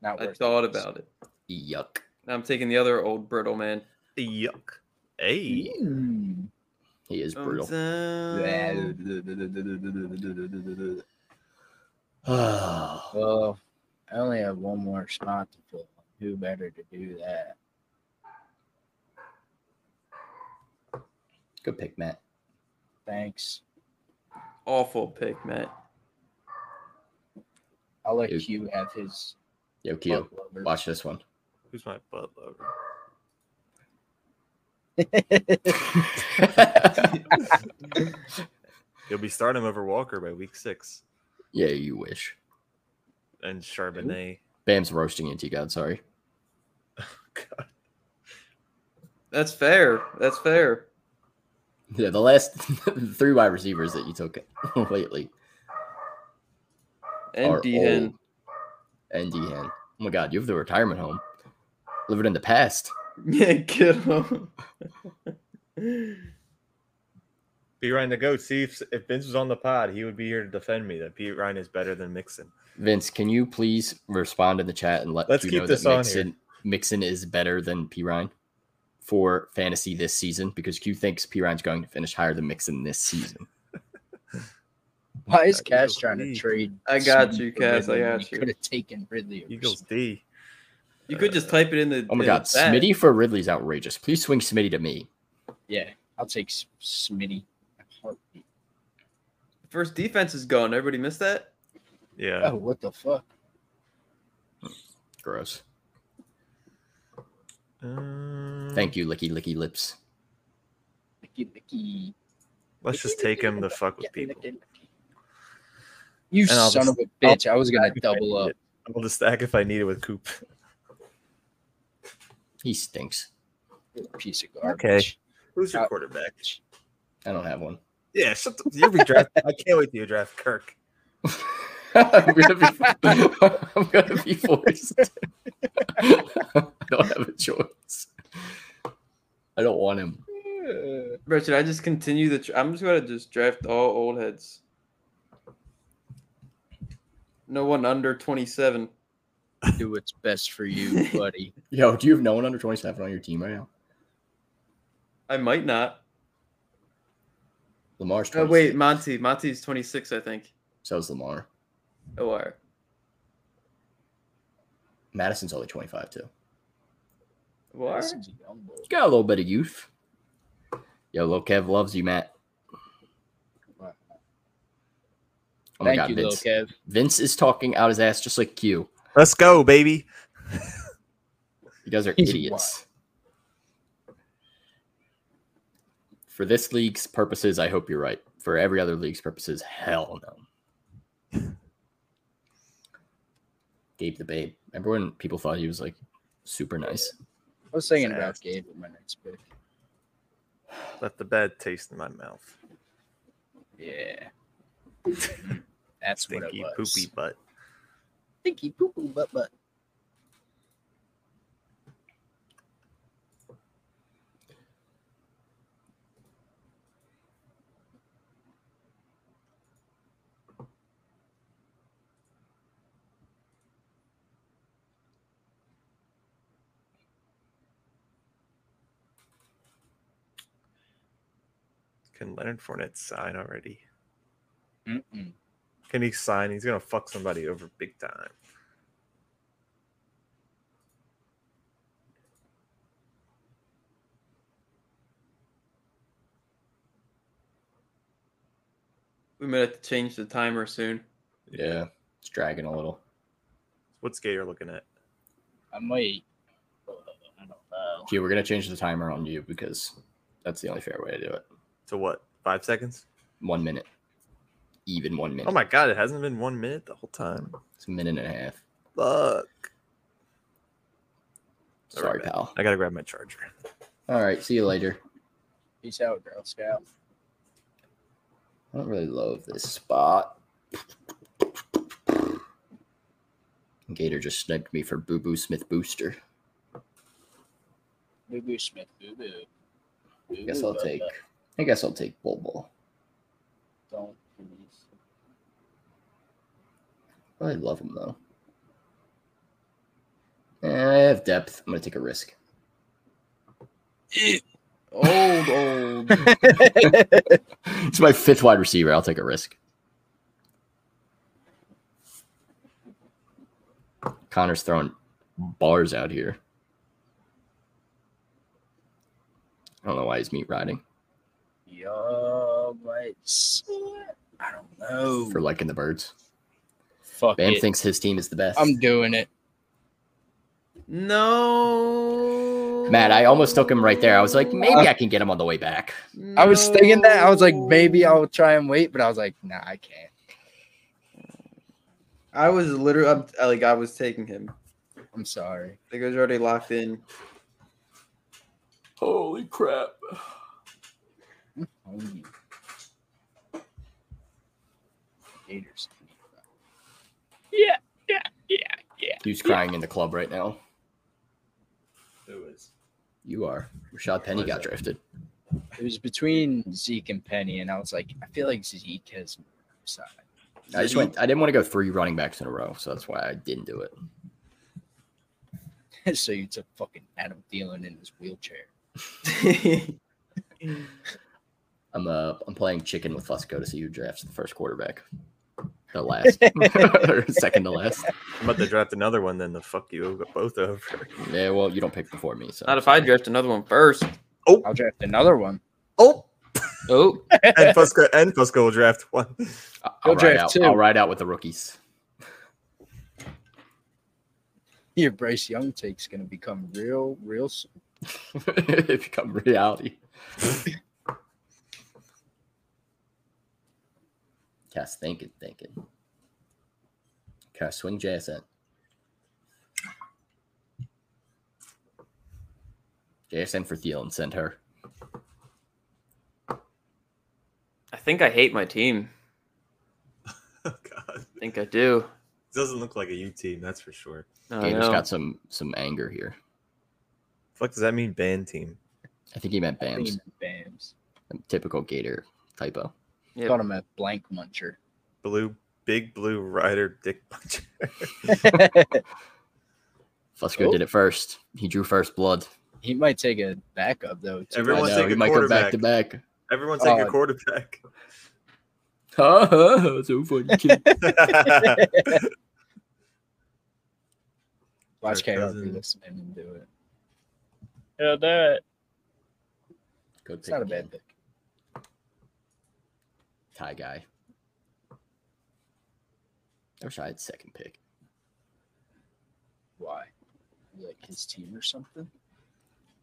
Not
I
worth
thought
it.
about it.
Yuck.
Now I'm taking the other old brittle man.
Yuck. Hey.
Mm.
He is
Oh,
brutal.
Sometimes-
Oh,
Well, I only have one more spot to fill. Who better to do that?
good pick, Matt.
Thanks.
Awful pick, Matt.
I'll let
Dude.
Q have his.
Yo, Q,
butt lover.
watch this one.
Who's my butt lover? You'll be starting him over Walker by week six.
yeah, you wish.
and Charbonnet.
Bam's roasting into God. Sorry.
That's fair. That's fair.
Yeah, the last three wide receivers that you took lately
And
are
D Hen.
old. And Dehan. Oh my God, you have the retirement home. Living in the past.
Yeah, kill him.
P Ryan the goat. See if, if Vince was on the pod, he would be here to defend me that Pete Ryan is better than Mixon.
Vince, can you please respond in the chat and let
Let's
you
keep
know
this
that
on
Mixon, Mixon is better than P Ryan for fantasy this season because Q thinks P Ryan's going to finish higher than Mixon this season.
Why is
That
Cass
Eagles
trying to
lead.
trade?
I got
Sweet
you,
for
Cass. I
Ridley when
got
he
you.
Could have taken Ridley. Or
Eagles
Eagles.
D.
You could just type it in the.
Oh my
in
God,
the chat.
Smitty for Ridley's outrageous. Please swing Smitty to me.
Yeah, I'll take S- Smitty. Heartbeat.
First defense is gone. Everybody missed that.
Yeah.
Oh, what the fuck?
Gross.
Um,
Thank you, licky licky lips.
Licky, licky.
Let's just take him to fuck with
Licky,
people.
licky, licky. You
And I'll
son
just-
of a bitch! I was gonna double up.
I'll just stack if I need it with Coop.
He stinks.
You're a Piece of
Okay.
garbage.
Who's your
Uh,
quarterback?
I don't have one.
Yeah, shut the, you're redraft. I can't wait till you draft Kirk.
I'm gonna be, I'm gonna be forced. I don't have a choice. I don't want him.
Bro, should I just continue the? Tr- I'm just gonna just draft all old heads. No one under 27.
Do what's best for you, buddy.
Yo, do you have no one under 27 on your team right now?
I might not.
Lamar's
Oh
26.
wait, Monty. Monty's 26, I think.
So is Lamar.
Oh, all right.
Madison's only 25, too.
What?
This is a young boy.
You got a little bit of youth. Yo, Lil Kev loves you, Matt.
Wow.
Oh my
Thank
God,
you,
Vince.
Lil Kev.
Vince is talking out his ass just like Q.
Let's go, baby.
You guys are
He's
idiots. For this league's purposes, I hope you're right. For every other league's purposes, hell no. Gabe the Babe. Remember when people thought he was like super nice?
I was thinking
Sad.
about Gabe with my next pick.
Left the bad taste in my mouth.
Yeah. That's what it
Stinky,
was.
poopy butt.
Stinky poo poo butt butt.
Can Leonard Fournette sign already?
Mm-mm.
Can he sign? He's gonna fuck somebody over big time.
We might have to change the timer soon.
Yeah. It's dragging a little.
What's Gator looking at?
I might. Uh, I don't know.
Q, we're going to change the timer on you because that's the only fair way to do it.
To what? Five seconds?
One minute. Even one minute.
Oh my god, it hasn't been one minute the whole time.
It's a minute and a half.
Fuck. All
Sorry,
right, man.
pal.
I gotta grab my charger.
All right. See you later.
Peace out, Girl Scout.
I don't really love this spot. Gator just sniped me for Boo Boo Smith Booster.
Boo boo Smith. Boo boo.
I guess I'll take. I guess I'll take Bull Bull.
Don't please.
I love him though. Eh, I have depth. I'm gonna take a risk.
Old, old.
It's my fifth wide receiver. I'll take a risk. Connor's throwing bars out here. I don't know why he's meat riding
Yo, but I don't know.
for liking the birds.
Oh. Fuck
Bam
it.
thinks his team is the best.
I'm doing it.
No.
Matt, I almost took him right there. I was like,
Uh.
maybe I can get him on the way back.
I was thinking that. I was like, maybe
No.
I'll try and wait, but I was like, nah, I can't.
I was literally I'm, I, like I was taking him.
I'm sorry.
Like I was already locked in.
Holy crap.
Oh, you. Gators.
Who's crying in the club right now?
Who is?
You are. Rashad Penny
Why is
got
that?
drafted.
It was between Zeke and Penny, and I was like, I feel like Zeke has side.
I just went. I didn't want to go three running backs in a row, so that's why I didn't do it.
so you took fucking Adam Thielen in his wheelchair.
I'm uh, I'm playing chicken with Fusco to see who drafts the first quarterback. The last, or second to last.
I'm about to draft another one. Then the fuck you got both over.
Yeah, well, you don't pick before me, so
Not if I draft another one first.
I'll draft another one.
Oh,
Oh,
and Fusco and Fusco will draft one.
I'll, I'll
You'll
ride
draft
out.
two.
I'll ride out with the rookies.
Your Bryce Young take's gonna become real, real. s-
it become reality. Cass thinking, thinking. Cass swing jazz in. JSN for Thielen, send her.
I think I hate my team.
Oh God,
I think I do.
doesn't look like a U team. That's for sure.
No, I
Gator's
know.
got some some anger here.
Fuck does that mean? Band team.
I think he meant
I think
Bams.
it- Bams.
Typical Gator typo.
Yep.
Got him at blank muncher.
Blue, big blue rider, dick puncher.
Fusco
Oh.
did it first. He drew first blood.
he might take a backup though. too.
I
Everyone
know,
take
he
a
might go back
quarterback.
to back.
Everyone take a
Oh.
quarterback.
Ha ha ha! So funny, kid.
Watch
Kirk
KRP
Cousins.
listen in and do it.
Yeah, that.
Good
It's
pick
not a
again.
bad pick.
Thai guy. I wish I had second pick.
Why? You Like his team or something?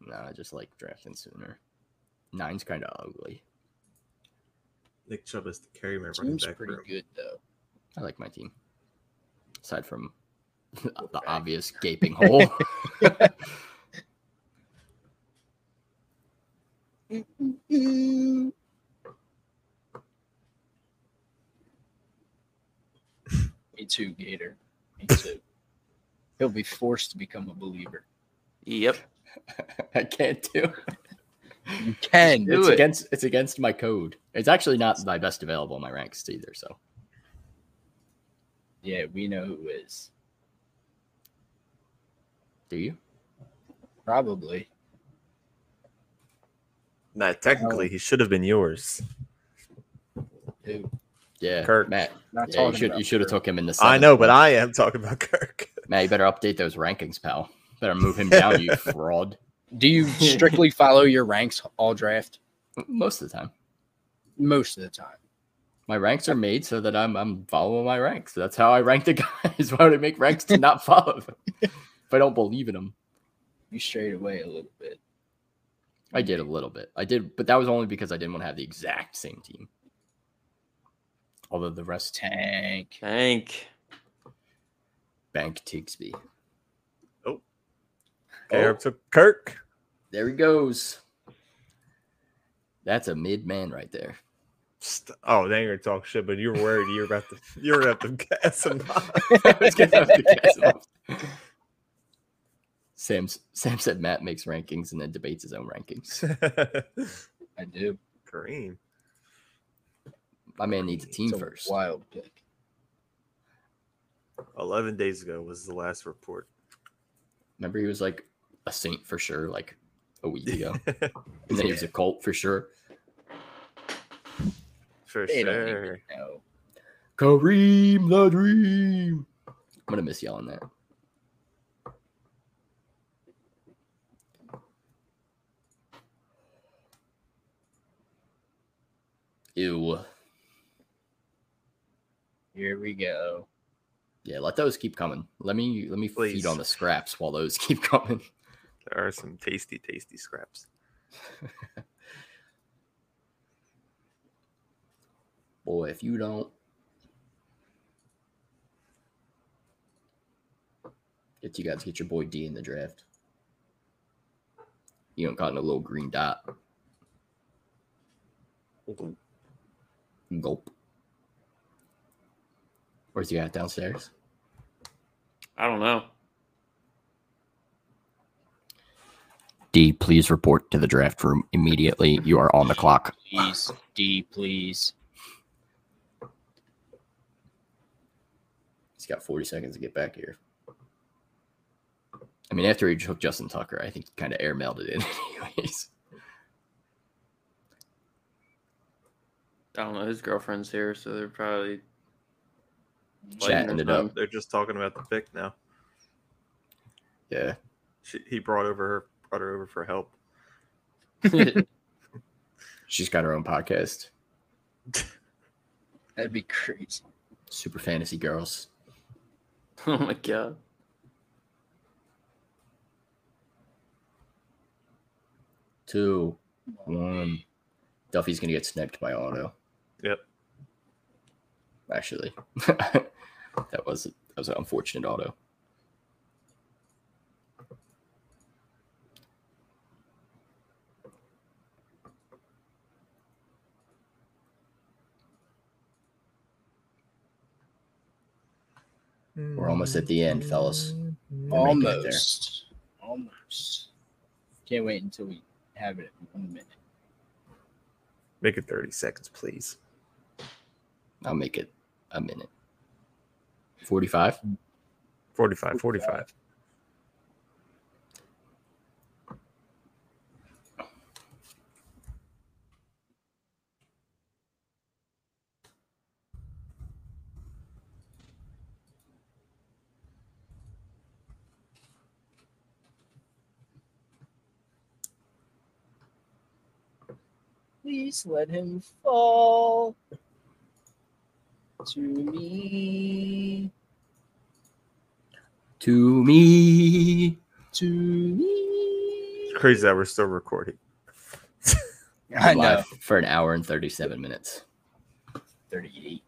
No, I just like drafting sooner. Nine's kind of ugly.
Nick Chubb is the carry my running
Team's
back
pretty
room.
good though.
I like my team. Aside from the obvious gaping hole.
Me too, Gator. Me too. He'll be forced to become a believer.
Yep.
I can't do. it.
You can.
Do
it's
it.
against it's against my code. It's actually not my best available in my ranks either. So
Yeah, we know who is.
do you?
Probably.
Nah,
Oh.
technically, he should have been yours.
Who?
Yeah,
Kirk.
Matt.
Not
Yeah, you
talking
should
about
you should have
Kirk.
took him in the.
I
seventh
know, but
round.
I am talking about Kirk.
Matt, you better update those rankings, pal. Better move him down, you fraud.
Do you strictly follow your ranks all draft?
Most of the time.
Most of the time.
My ranks are made so that I'm I'm following my ranks. That's how I rank the guys. Why would I make ranks to not follow them? if I don't believe in them,
You strayed away a little bit.
I did a little bit. I did, but that was only because I didn't want to have the exact same team. Although the rest
Tank.
Tank.
bank Tigsby.
Oh.
Arab took Kirk.
There he goes. That's a mid man right there.
St- oh, they ain't gonna talk shit, but you're worried you're about to you're about to gas him. up.
I was gonna have to guess him off. Sam's, Sam said Matt makes rankings and then debates his own rankings.
I do.
Kareem.
My man needs a team
It's a
first.
wild pick.
Eleven days ago was the last report.
Remember, he was like a saint for sure, like a week ago, and then he was a cult for sure.
For
They don't
sure.
even know.
Kareem the Dream. I'm gonna miss yelling that. Ew.
Here we go.
Yeah, let those keep coming. Let me let me
Please.
feed on the scraps while those keep coming.
There are some tasty, tasty scraps.
Boy, if you don't Get you guys get your boy D in the draft. You don't got no little green dot. Gulp. Where's he at downstairs?
I don't know.
D, please report to the draft room immediately. You are on the clock.
Please, D, please.
He's got 40 seconds to get back here. I mean, after he took Justin Tucker, I think he kind of airmailed it in, anyways.
I don't know. His girlfriend's here, so they're probably
Chatting
Lightning
it up.
They're just talking about the pick now.
Yeah.
She, he brought over her, brought her over for help.
She's got her own podcast,
That'd be crazy.
Super Fantasy Girls.
Oh my god.
Two, one. Duffy's going to get sniped by Auto.
Yep.
Actually, that was that was an unfortunate auto. We're almost at the end, fellas. We're making it there.
Almost. Almost. Can't wait until we have it in one minute.
Make it 30 seconds, please.
I'll make it a minute. 45?
45, 45.
Please let him fall to me,
To me.
to me.
It's crazy that we're still recording.
I know.
Live for an hour and 37 minutes.
38.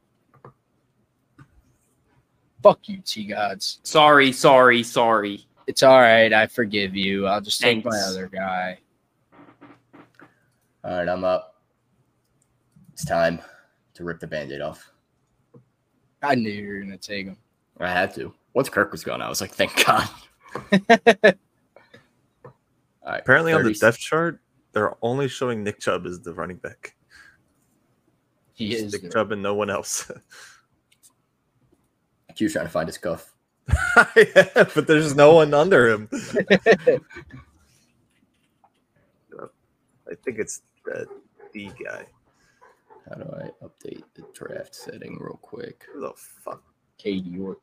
Fuck you, T Gods.
Sorry, sorry, sorry.
It's all right. I forgive you. I'll just take my
Thanks.
other guy.
All right, I'm up. It's time to rip the band-aid off.
I knew you were going to take him.
I had to. Once Kirk was gone, I was like, thank God. All right,
Apparently, on the
30
depth chart, they're only showing Nick Chubb as the running back.
He
Just
is.
Nick
the-
Chubb and no one else.
Q's trying to find his cuff.
yeah, but there's no one under him. I think it's the D guy.
How do I update the draft setting real quick?
Who the fuck?
Katie York.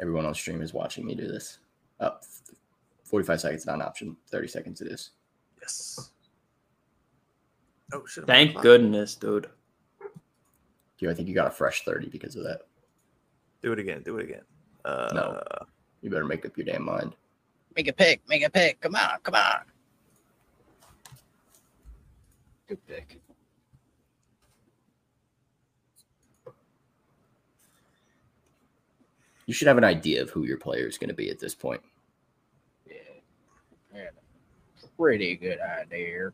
Everyone on stream is watching me do this. Up 45 seconds, not an option. 30 seconds it is.
Yes. Oh shit! I'm
Thank
not-
goodness, dude.
Q, I think you got a fresh 30 because of that.
Do it again. Do it again. Uh,
No. You better make up your damn mind.
Make a pick. Make a pick. Come on. Come on. Good pick.
You should have an idea of who your player is going to be at this point.
Yeah. I had a Pretty good idea.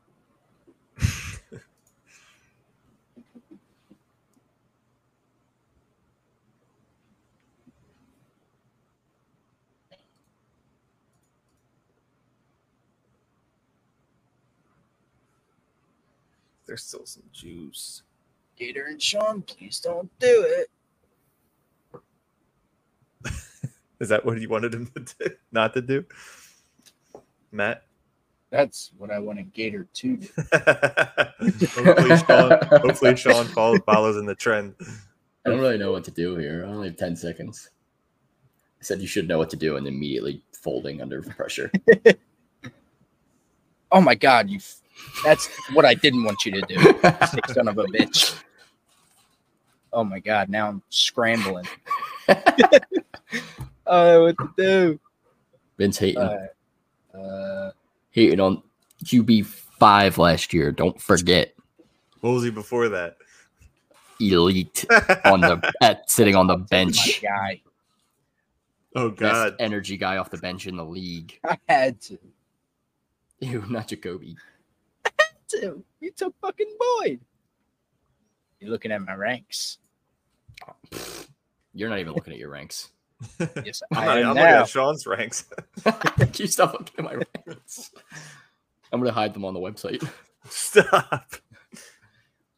There's still some juice.
Gator and Sean, please don't do it.
Is that what you wanted him to do? Not to do? Matt?
That's what I wanted Gator to do.
hopefully, Sean, hopefully Sean follows, follows in the trend.
I don't really know what to do here. I only have 10 seconds. I said you should know what to do and immediately folding under pressure.
Oh my God, you. f- That's what I didn't want you to do, you sick son of a bitch. Oh my God, now I'm scrambling. Oh, what to do?
Vince hating,
Uh,
hating on QB5 last year. Don't forget.
What was he before that?
elite on the at sitting on the bench.
My guy.
Oh
Best
God,
energy guy off the bench in the league.
I had to.
Ew, not Jacoby.
to. You took fucking Boyd. You're looking at my ranks.
You're not even looking at your ranks.
Yes,
I'm,
I
not, I'm
am
looking
now.
at Sean's ranks.
you stop looking at my ranks. I'm gonna hide them on the website.
Stop.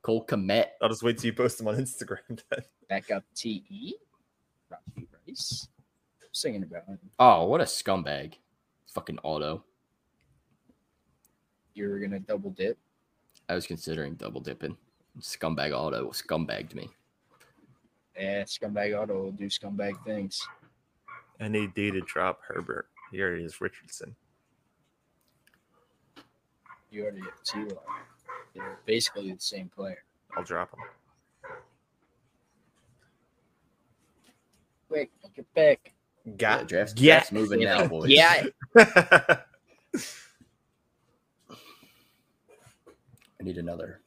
Cole Komet.
I'll just wait till you post them on Instagram. Then.
Back up TE. Rocky Rice. Singing about him.
Oh, what a scumbag. Fucking auto.
You're going to double dip.
I was considering double dipping. Scumbag auto scumbagged me.
Yeah, Eh, scumbag auto will do scumbag things.
I need D to drop Herbert. Here it is, Richardson.
You already have two. of them. They're basically the same player.
I'll drop him.
Quick, make it back.
Yeah, draft,
yeah.
draft's moving now, boys.
Yeah.
I need another.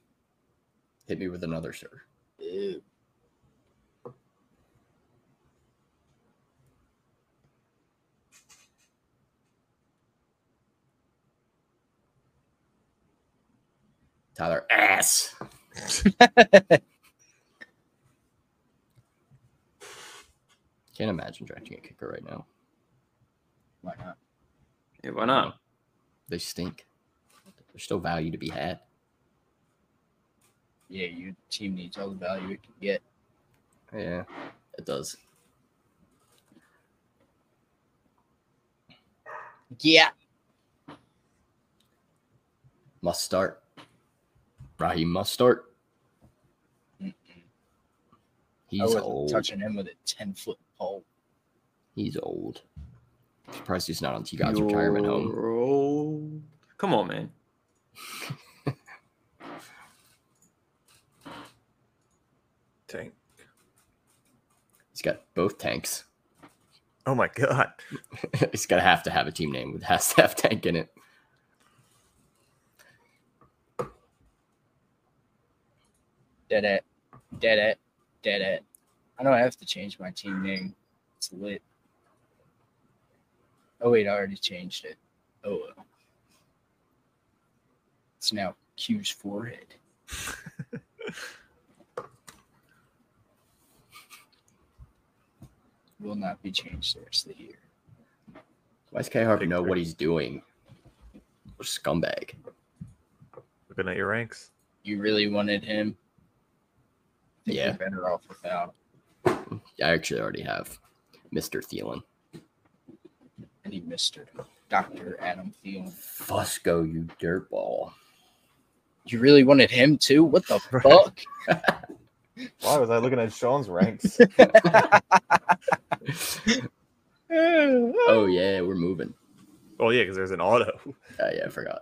Hit me with another, sir.
Ew.
Tyler ass. Can't imagine drafting a kicker right now.
Why not?
Hey, why not?
They stink. There's still value to be had.
Yeah, your team needs all the value it can get.
Yeah, it does.
Yeah.
Must start. Raheem must start.
I
He's
wasn't
old.
touching him with a 10 foot pole.
He's old. Surprised he's not on T God's retirement home.
You're old. Come on, man.
Tank.
He's got both tanks.
Oh my God.
he's got to have to have a team name with has to have tank in it.
Dead at, dead at, dead at. I don't have to change my team name. It's lit. Oh wait, I already changed it. Oh well. It's now Q's forehead. Will not be changed the rest of the year.
Why does K Harvey know
Victor.
what he's doing? What a scumbag.
Looking at your ranks.
You really wanted him. I think
Yeah.
You're better off without. him.
I actually already have Mr. Thielen.
And he missed her. Dr. Adam Thielen.
Fusco, you dirtball.
You really wanted him too? What the fuck?
Why was I looking at Sean's ranks?
Oh, yeah, we're moving.
well, yeah, because there's an auto.
Uh, yeah, I forgot.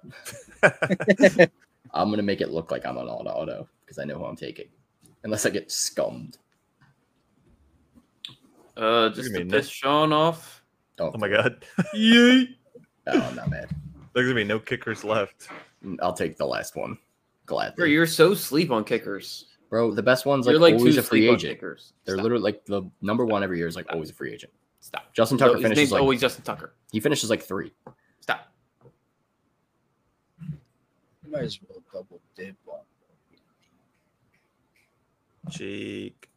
I'm going to make it look like I'm on auto auto because I know who I'm taking. Unless I get scummed.
do
Uh,
you
just to
mean,
piss
Nick?
Sean off.
Oh,
Oh my God.
no, Oh, I'm not mad.
There's gonna be no kickers left.
I'll take the last one. Gladly.
Bro, you're so sleep on kickers.
Bro, the best one's like,
you're like
always
two
a free
sleep on
agent.
kickers.
They're
Stop.
literally like the number one every year is like always a free agent.
Stop.
Justin Tucker
His
finishes
name's
like
always Justin Tucker.
he finishes like three.
Stop.
You might as well double dip on.
Cheek.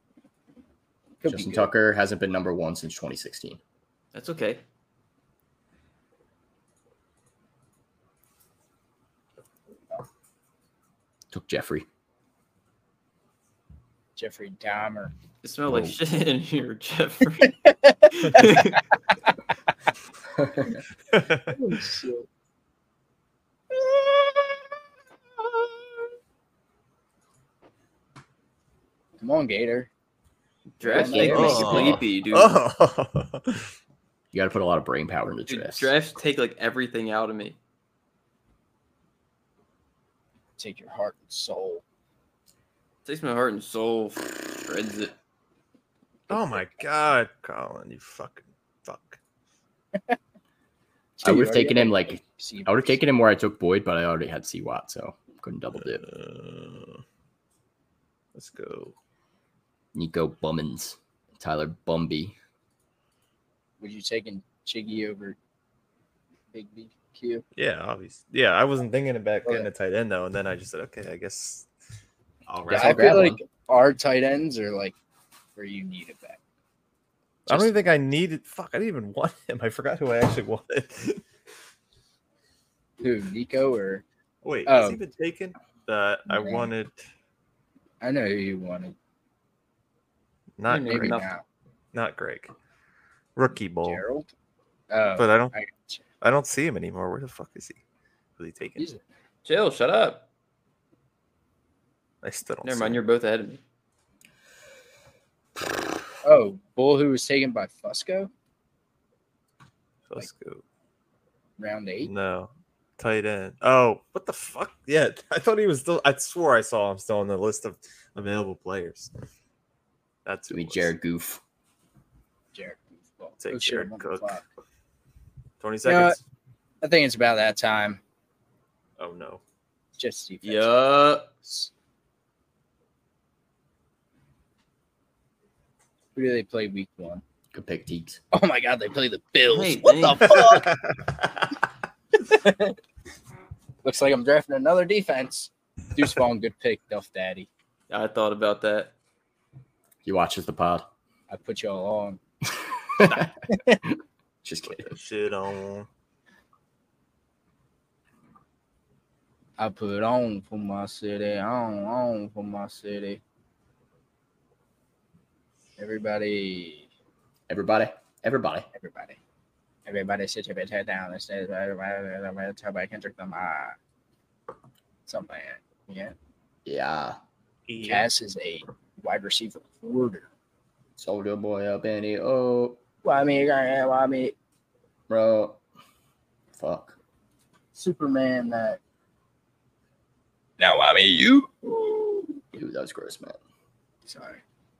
Could be
Justin
good.
Tucker hasn't been number one since 2016.
That's okay.
Took Jeffrey.
Jeffrey Dahmer.
It smells like
Oh.
shit in here, Jeffrey.
Come on, Gator.
Draft
Yeah.
take me
Oh.
sleepy, dude.
Oh.
You got to put a lot of brain power into
Dude,
drafts.
drafts take like everything out of me.
Take your heart and soul.
takes my heart and soul, shreds it.
oh my God, Colin, you fucking fuck.
I would
You
have
already
taken
have
him
eight
like
receivers.
I would have taken him where I took Boyd, but I already had C Watt, so couldn't double dip.
Uh, let's go.
Nico Bummins, Tyler Bumby.
Would you taking Chiggy over Big BQ?
Yeah, obviously. Yeah, I wasn't thinking about getting a tight end though, and then I just said, okay, I guess. All
Yeah,
right.
Wrestle
I
grab
feel like our tight ends are like where you need a back.
I don't even think I needed. Fuck, I didn't even want him. I forgot who I actually wanted.
Who Nico or
Wait, has
Oh.
he been taken? Uh, I
Yeah.
wanted
I know who you wanted.
not
Maybe
Maybe
Greg,
not.
now
not Greg, rookie bowl.
Gerald. Oh,
But I don't,
I gotcha.
I don't see him anymore. Where the fuck is he? Was he taken?
He's-
Jill, shut up.
I still don't.
Never
see
mind,
him.
you're both ahead of me.
oh, Bull who was taken by Fusco
Let's go.
round eight.
No, tight end. Oh, what the fuck? Yeah, I thought he was still. I swore I saw him still on the list of available players.
It's
That's who
gonna
it
be
was.
Jared Goof.
Jared. Well,
Take
who should've
Jared
won the
Cook.
clock?
Twenty
You know what?
seconds.
I think it's about that time.
oh no.
Just defense.
Yeah.
Who do they play week one?
Good pick, Teeks.
Oh my God, they play the Bills.
Hey,
what
they-
the fuck? Looks like I'm drafting another defense. Deuce Vaughn, good pick, Duff Daddy.
I thought about that.
He watches the pod.
I put y'all on.
Just kidding.
Shit on.
I put on for my city. On, on for my city. Everybody,
Everybody, everybody.
everybody, everybody, sit your bitch head down. Let's say, everybody can drink them. Ah, something. like that. Yeah.
Yeah.
Cass is a wide receiver order.
Soldier boy up in the oh,
Well, I mean, I, I mean,
bro. Fuck.
Superman that. Now I mean you.
Dude, that was gross, man.
Sorry,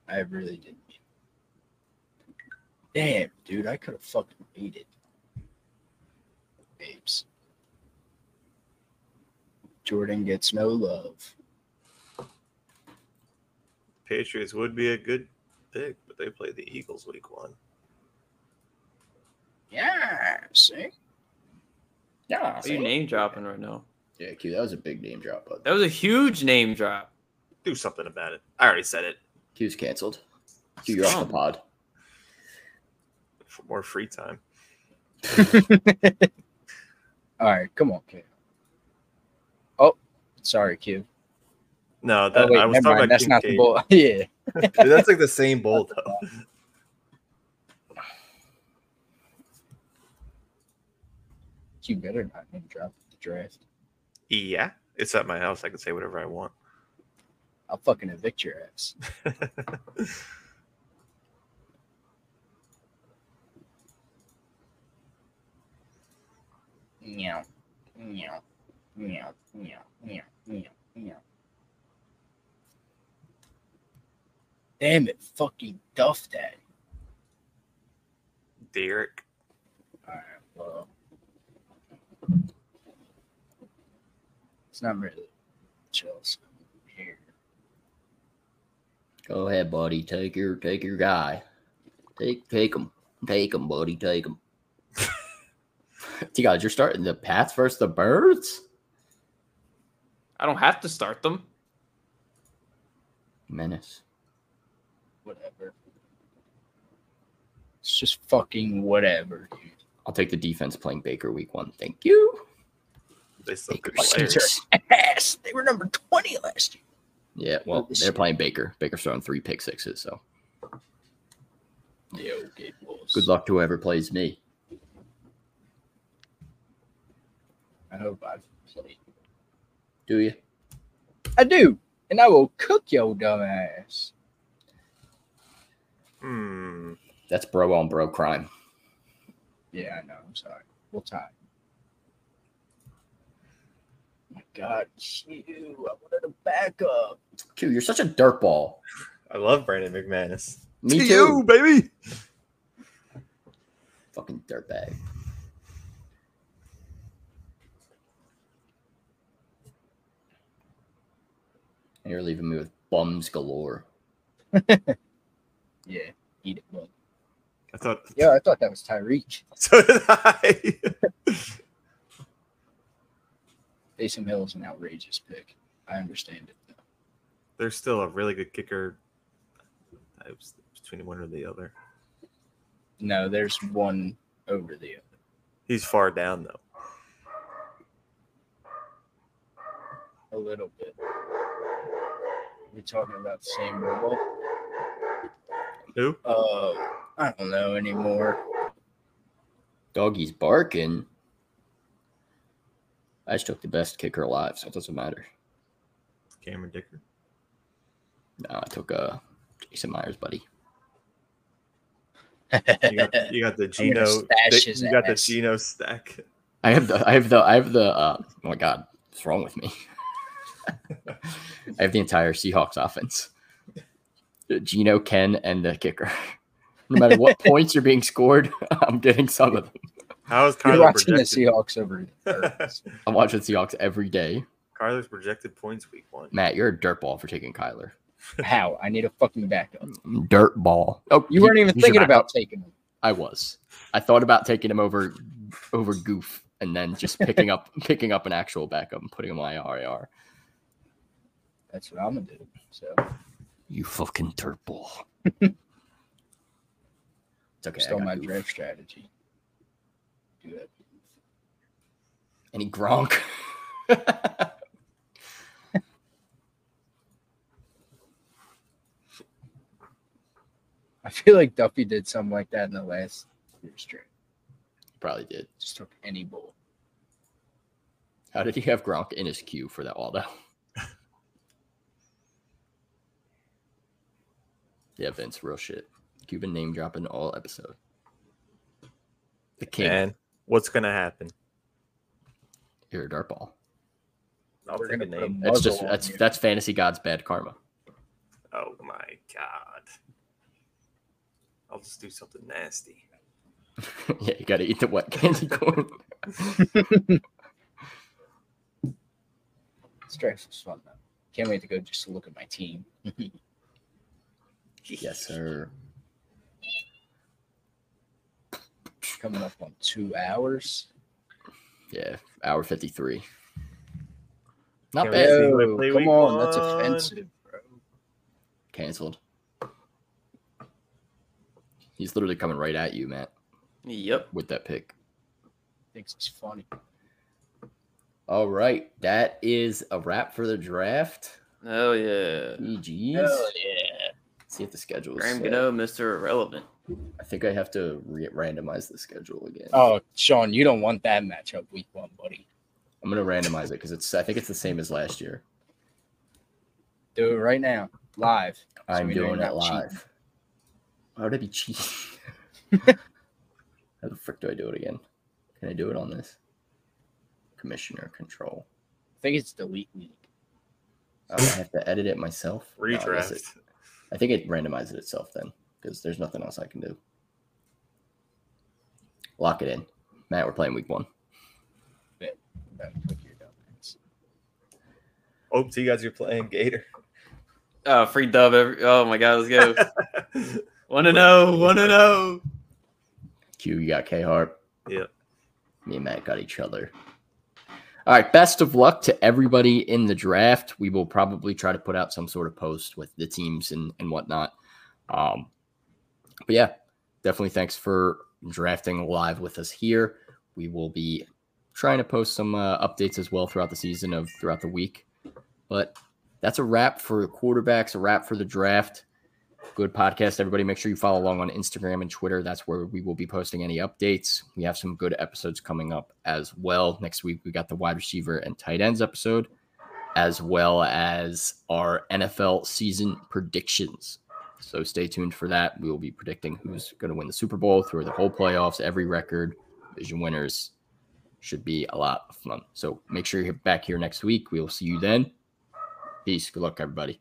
I really didn't. mean it. Damn, dude, I could have fucking made it. Babes. Jordan gets no love.
Patriots would be a good pick, but they play the Eagles week one.
Yeah, see.
Yeah.
Are you name dropping right now?
Yeah, Q, that was a big name drop, but
That was a huge name drop.
Do something about it. I already said it.
Q's canceled. Q, you're off the pod.
For more free time.
All right, come on, Q. Oh, sorry, Q.
No,
Oh,
that
wait,
Uh, I was
never
talking
mind.
about
That's not the
Kincaid.
ball. yeah.
That's like the same bowl though.
You better not name drop the draft.
Yeah, it's at my house. I can say whatever I want.
I'll fucking evict your ass. Meow. Meow. Meow. Meow. Meow. Meow. Meow. Damn it, fucking Duff Daddy.
Derek.
Alright, well. It's not really chills here.
Go ahead, buddy. Take your take your guy. Take take him. Take him, buddy. Take him. T God, you're starting the Pats versus the Birds?
I don't have to start them.
Menace.
Whatever. It's just fucking whatever, dude.
I'll take the defense playing Baker week one. Thank you.
They still
Baker
could
was
play.
Six.
ass. They were number 20 last year.
Yeah, well, they're playing Baker. Baker's throwing three pick sixes, so
Yeah, okay, Bulls.
good luck to whoever plays me.
I hope I play.
Do you?
I do. And I will cook your dumb ass.
Hmm.
That's bro on bro crime.
Yeah, I know. I'm sorry. We'll tie. Oh my God, you. I wanted a backup.
Q, you're such a dirtball.
I love Brandon McManus.
Me
To
too.
you, baby.
Fucking dirtbag. And you're leaving me with bums galore.
Yeah, eat it, bud.
I thought.
Yeah, I thought that was Tyreek.
So did I.
Taysom Hill is an outrageous pick. I understand it. Though.
There's still a really good kicker. I was between one or the other.
No, there's one over the other.
He's far down though.
a little bit. We're talking about the same robot.
Who?
Uh, I don't know anymore.
Doggy's barking. I just took the best kicker alive, so it doesn't matter.
Cameron Dicker.
No, I took uh, Jason Myers, buddy.
You got, you got the
I'm
Geno.
gonna stash his
You got the
ass.
Geno stack.
I have the, I have the, I have the. Uh, oh my god, what's wrong with me? I have the entire Seahawks offense. Gino, Ken, and the kicker. No matter what points are being scored, I'm getting some of them.
How is
You're
Kyler
watching the
projected?
Seahawks over there.
I'm watching Seahawks every day.
Kyler's projected points week one.
Matt, you're a dirtball for taking Kyler.
How? I need a fucking backup.
Dirtball. Oh,
You weren't even
he's your
thinking
backup.
about taking him.
I was. I thought about taking him over over Goof and then just picking up picking up an actual backup and putting him on IR.
That's what I'm gonna do. So
You fucking dirtball. it's okay. I
still
got
my
Goof.
draft strategy. Do that.
Any Gronk.
I feel like Duffy did something like that in the last year's draft.
Probably did.
Just took any bull.
How did he have Gronk in his queue for that Waldo? yeah, Vince, real shit. Cuban name dropping all episode. The king.
And what's gonna happen?
You're a dirtball.
I'll
We're
take a
gonna put a
name.
That's
muzzle
just
on
that's
you.
that's fantasy god's bad karma.
Oh my god. I'll just do something nasty.
yeah, you got to eat the wet candy corn.
This draft was fun though. Can't wait to go just to look at my team.
yes, sir.
Coming up on two hours.
Yeah, hour fifty three. Not
Can't wait to
bad.
see who I
Yo,
play
Oh, come
week
on, that's
one.
offensive, bro.
Cancelled. He's literally coming right at you, Matt,
Yep.
with that pick.
Thinks it's funny.
All right, that is a wrap for the draft.
Oh yeah.
GG's.
Hell yeah.
See if the schedule is.
Graham
set.
Gano, Mr. Irrelevant.
I think I have to re- randomize the schedule again.
Oh, Sean, you don't want that matchup week one, buddy.
I'm gonna randomize it because it's. I think it's the same as last year.
Do it right now, live.
I'm
we know
doing
you're
it
not cheating.
live. Why would I be cheating? How the frick do I do it again? Can I do it on this? Commissioner control.
I think it's delete week.
Oh, I have to edit it myself. No, I guess it-
Redraft.
I think it randomizes itself then because there's nothing else I can do. Lock it in. Matt, we're playing week one.
That quick you're done. That's-
Oh, so you guys are playing Gator.
Oh, free dub. Every- oh my god, let's go. One and oh, one and oh.
Q, you got K Harp.
Yep.
Me and Matt got each other. All right. Best of luck to everybody in the draft. We will probably try to put out some sort of post with the teams and, and whatnot. Um, but yeah, definitely thanks for drafting live with us here. We will be trying to post some uh, updates as well throughout the season of throughout the week. But that's a wrap for quarterbacks, a wrap for the draft good podcast everybody make sure you follow along on instagram and twitter that's where we will be posting any updates we have some good episodes coming up as well next week we got the wide receiver and tight ends episode as well as our nfl season predictions so stay tuned for that we will be predicting who's going to win the super bowl through the whole playoffs every record vision winners should be a lot of fun so make sure you're back here next week we will see you then peace good luck everybody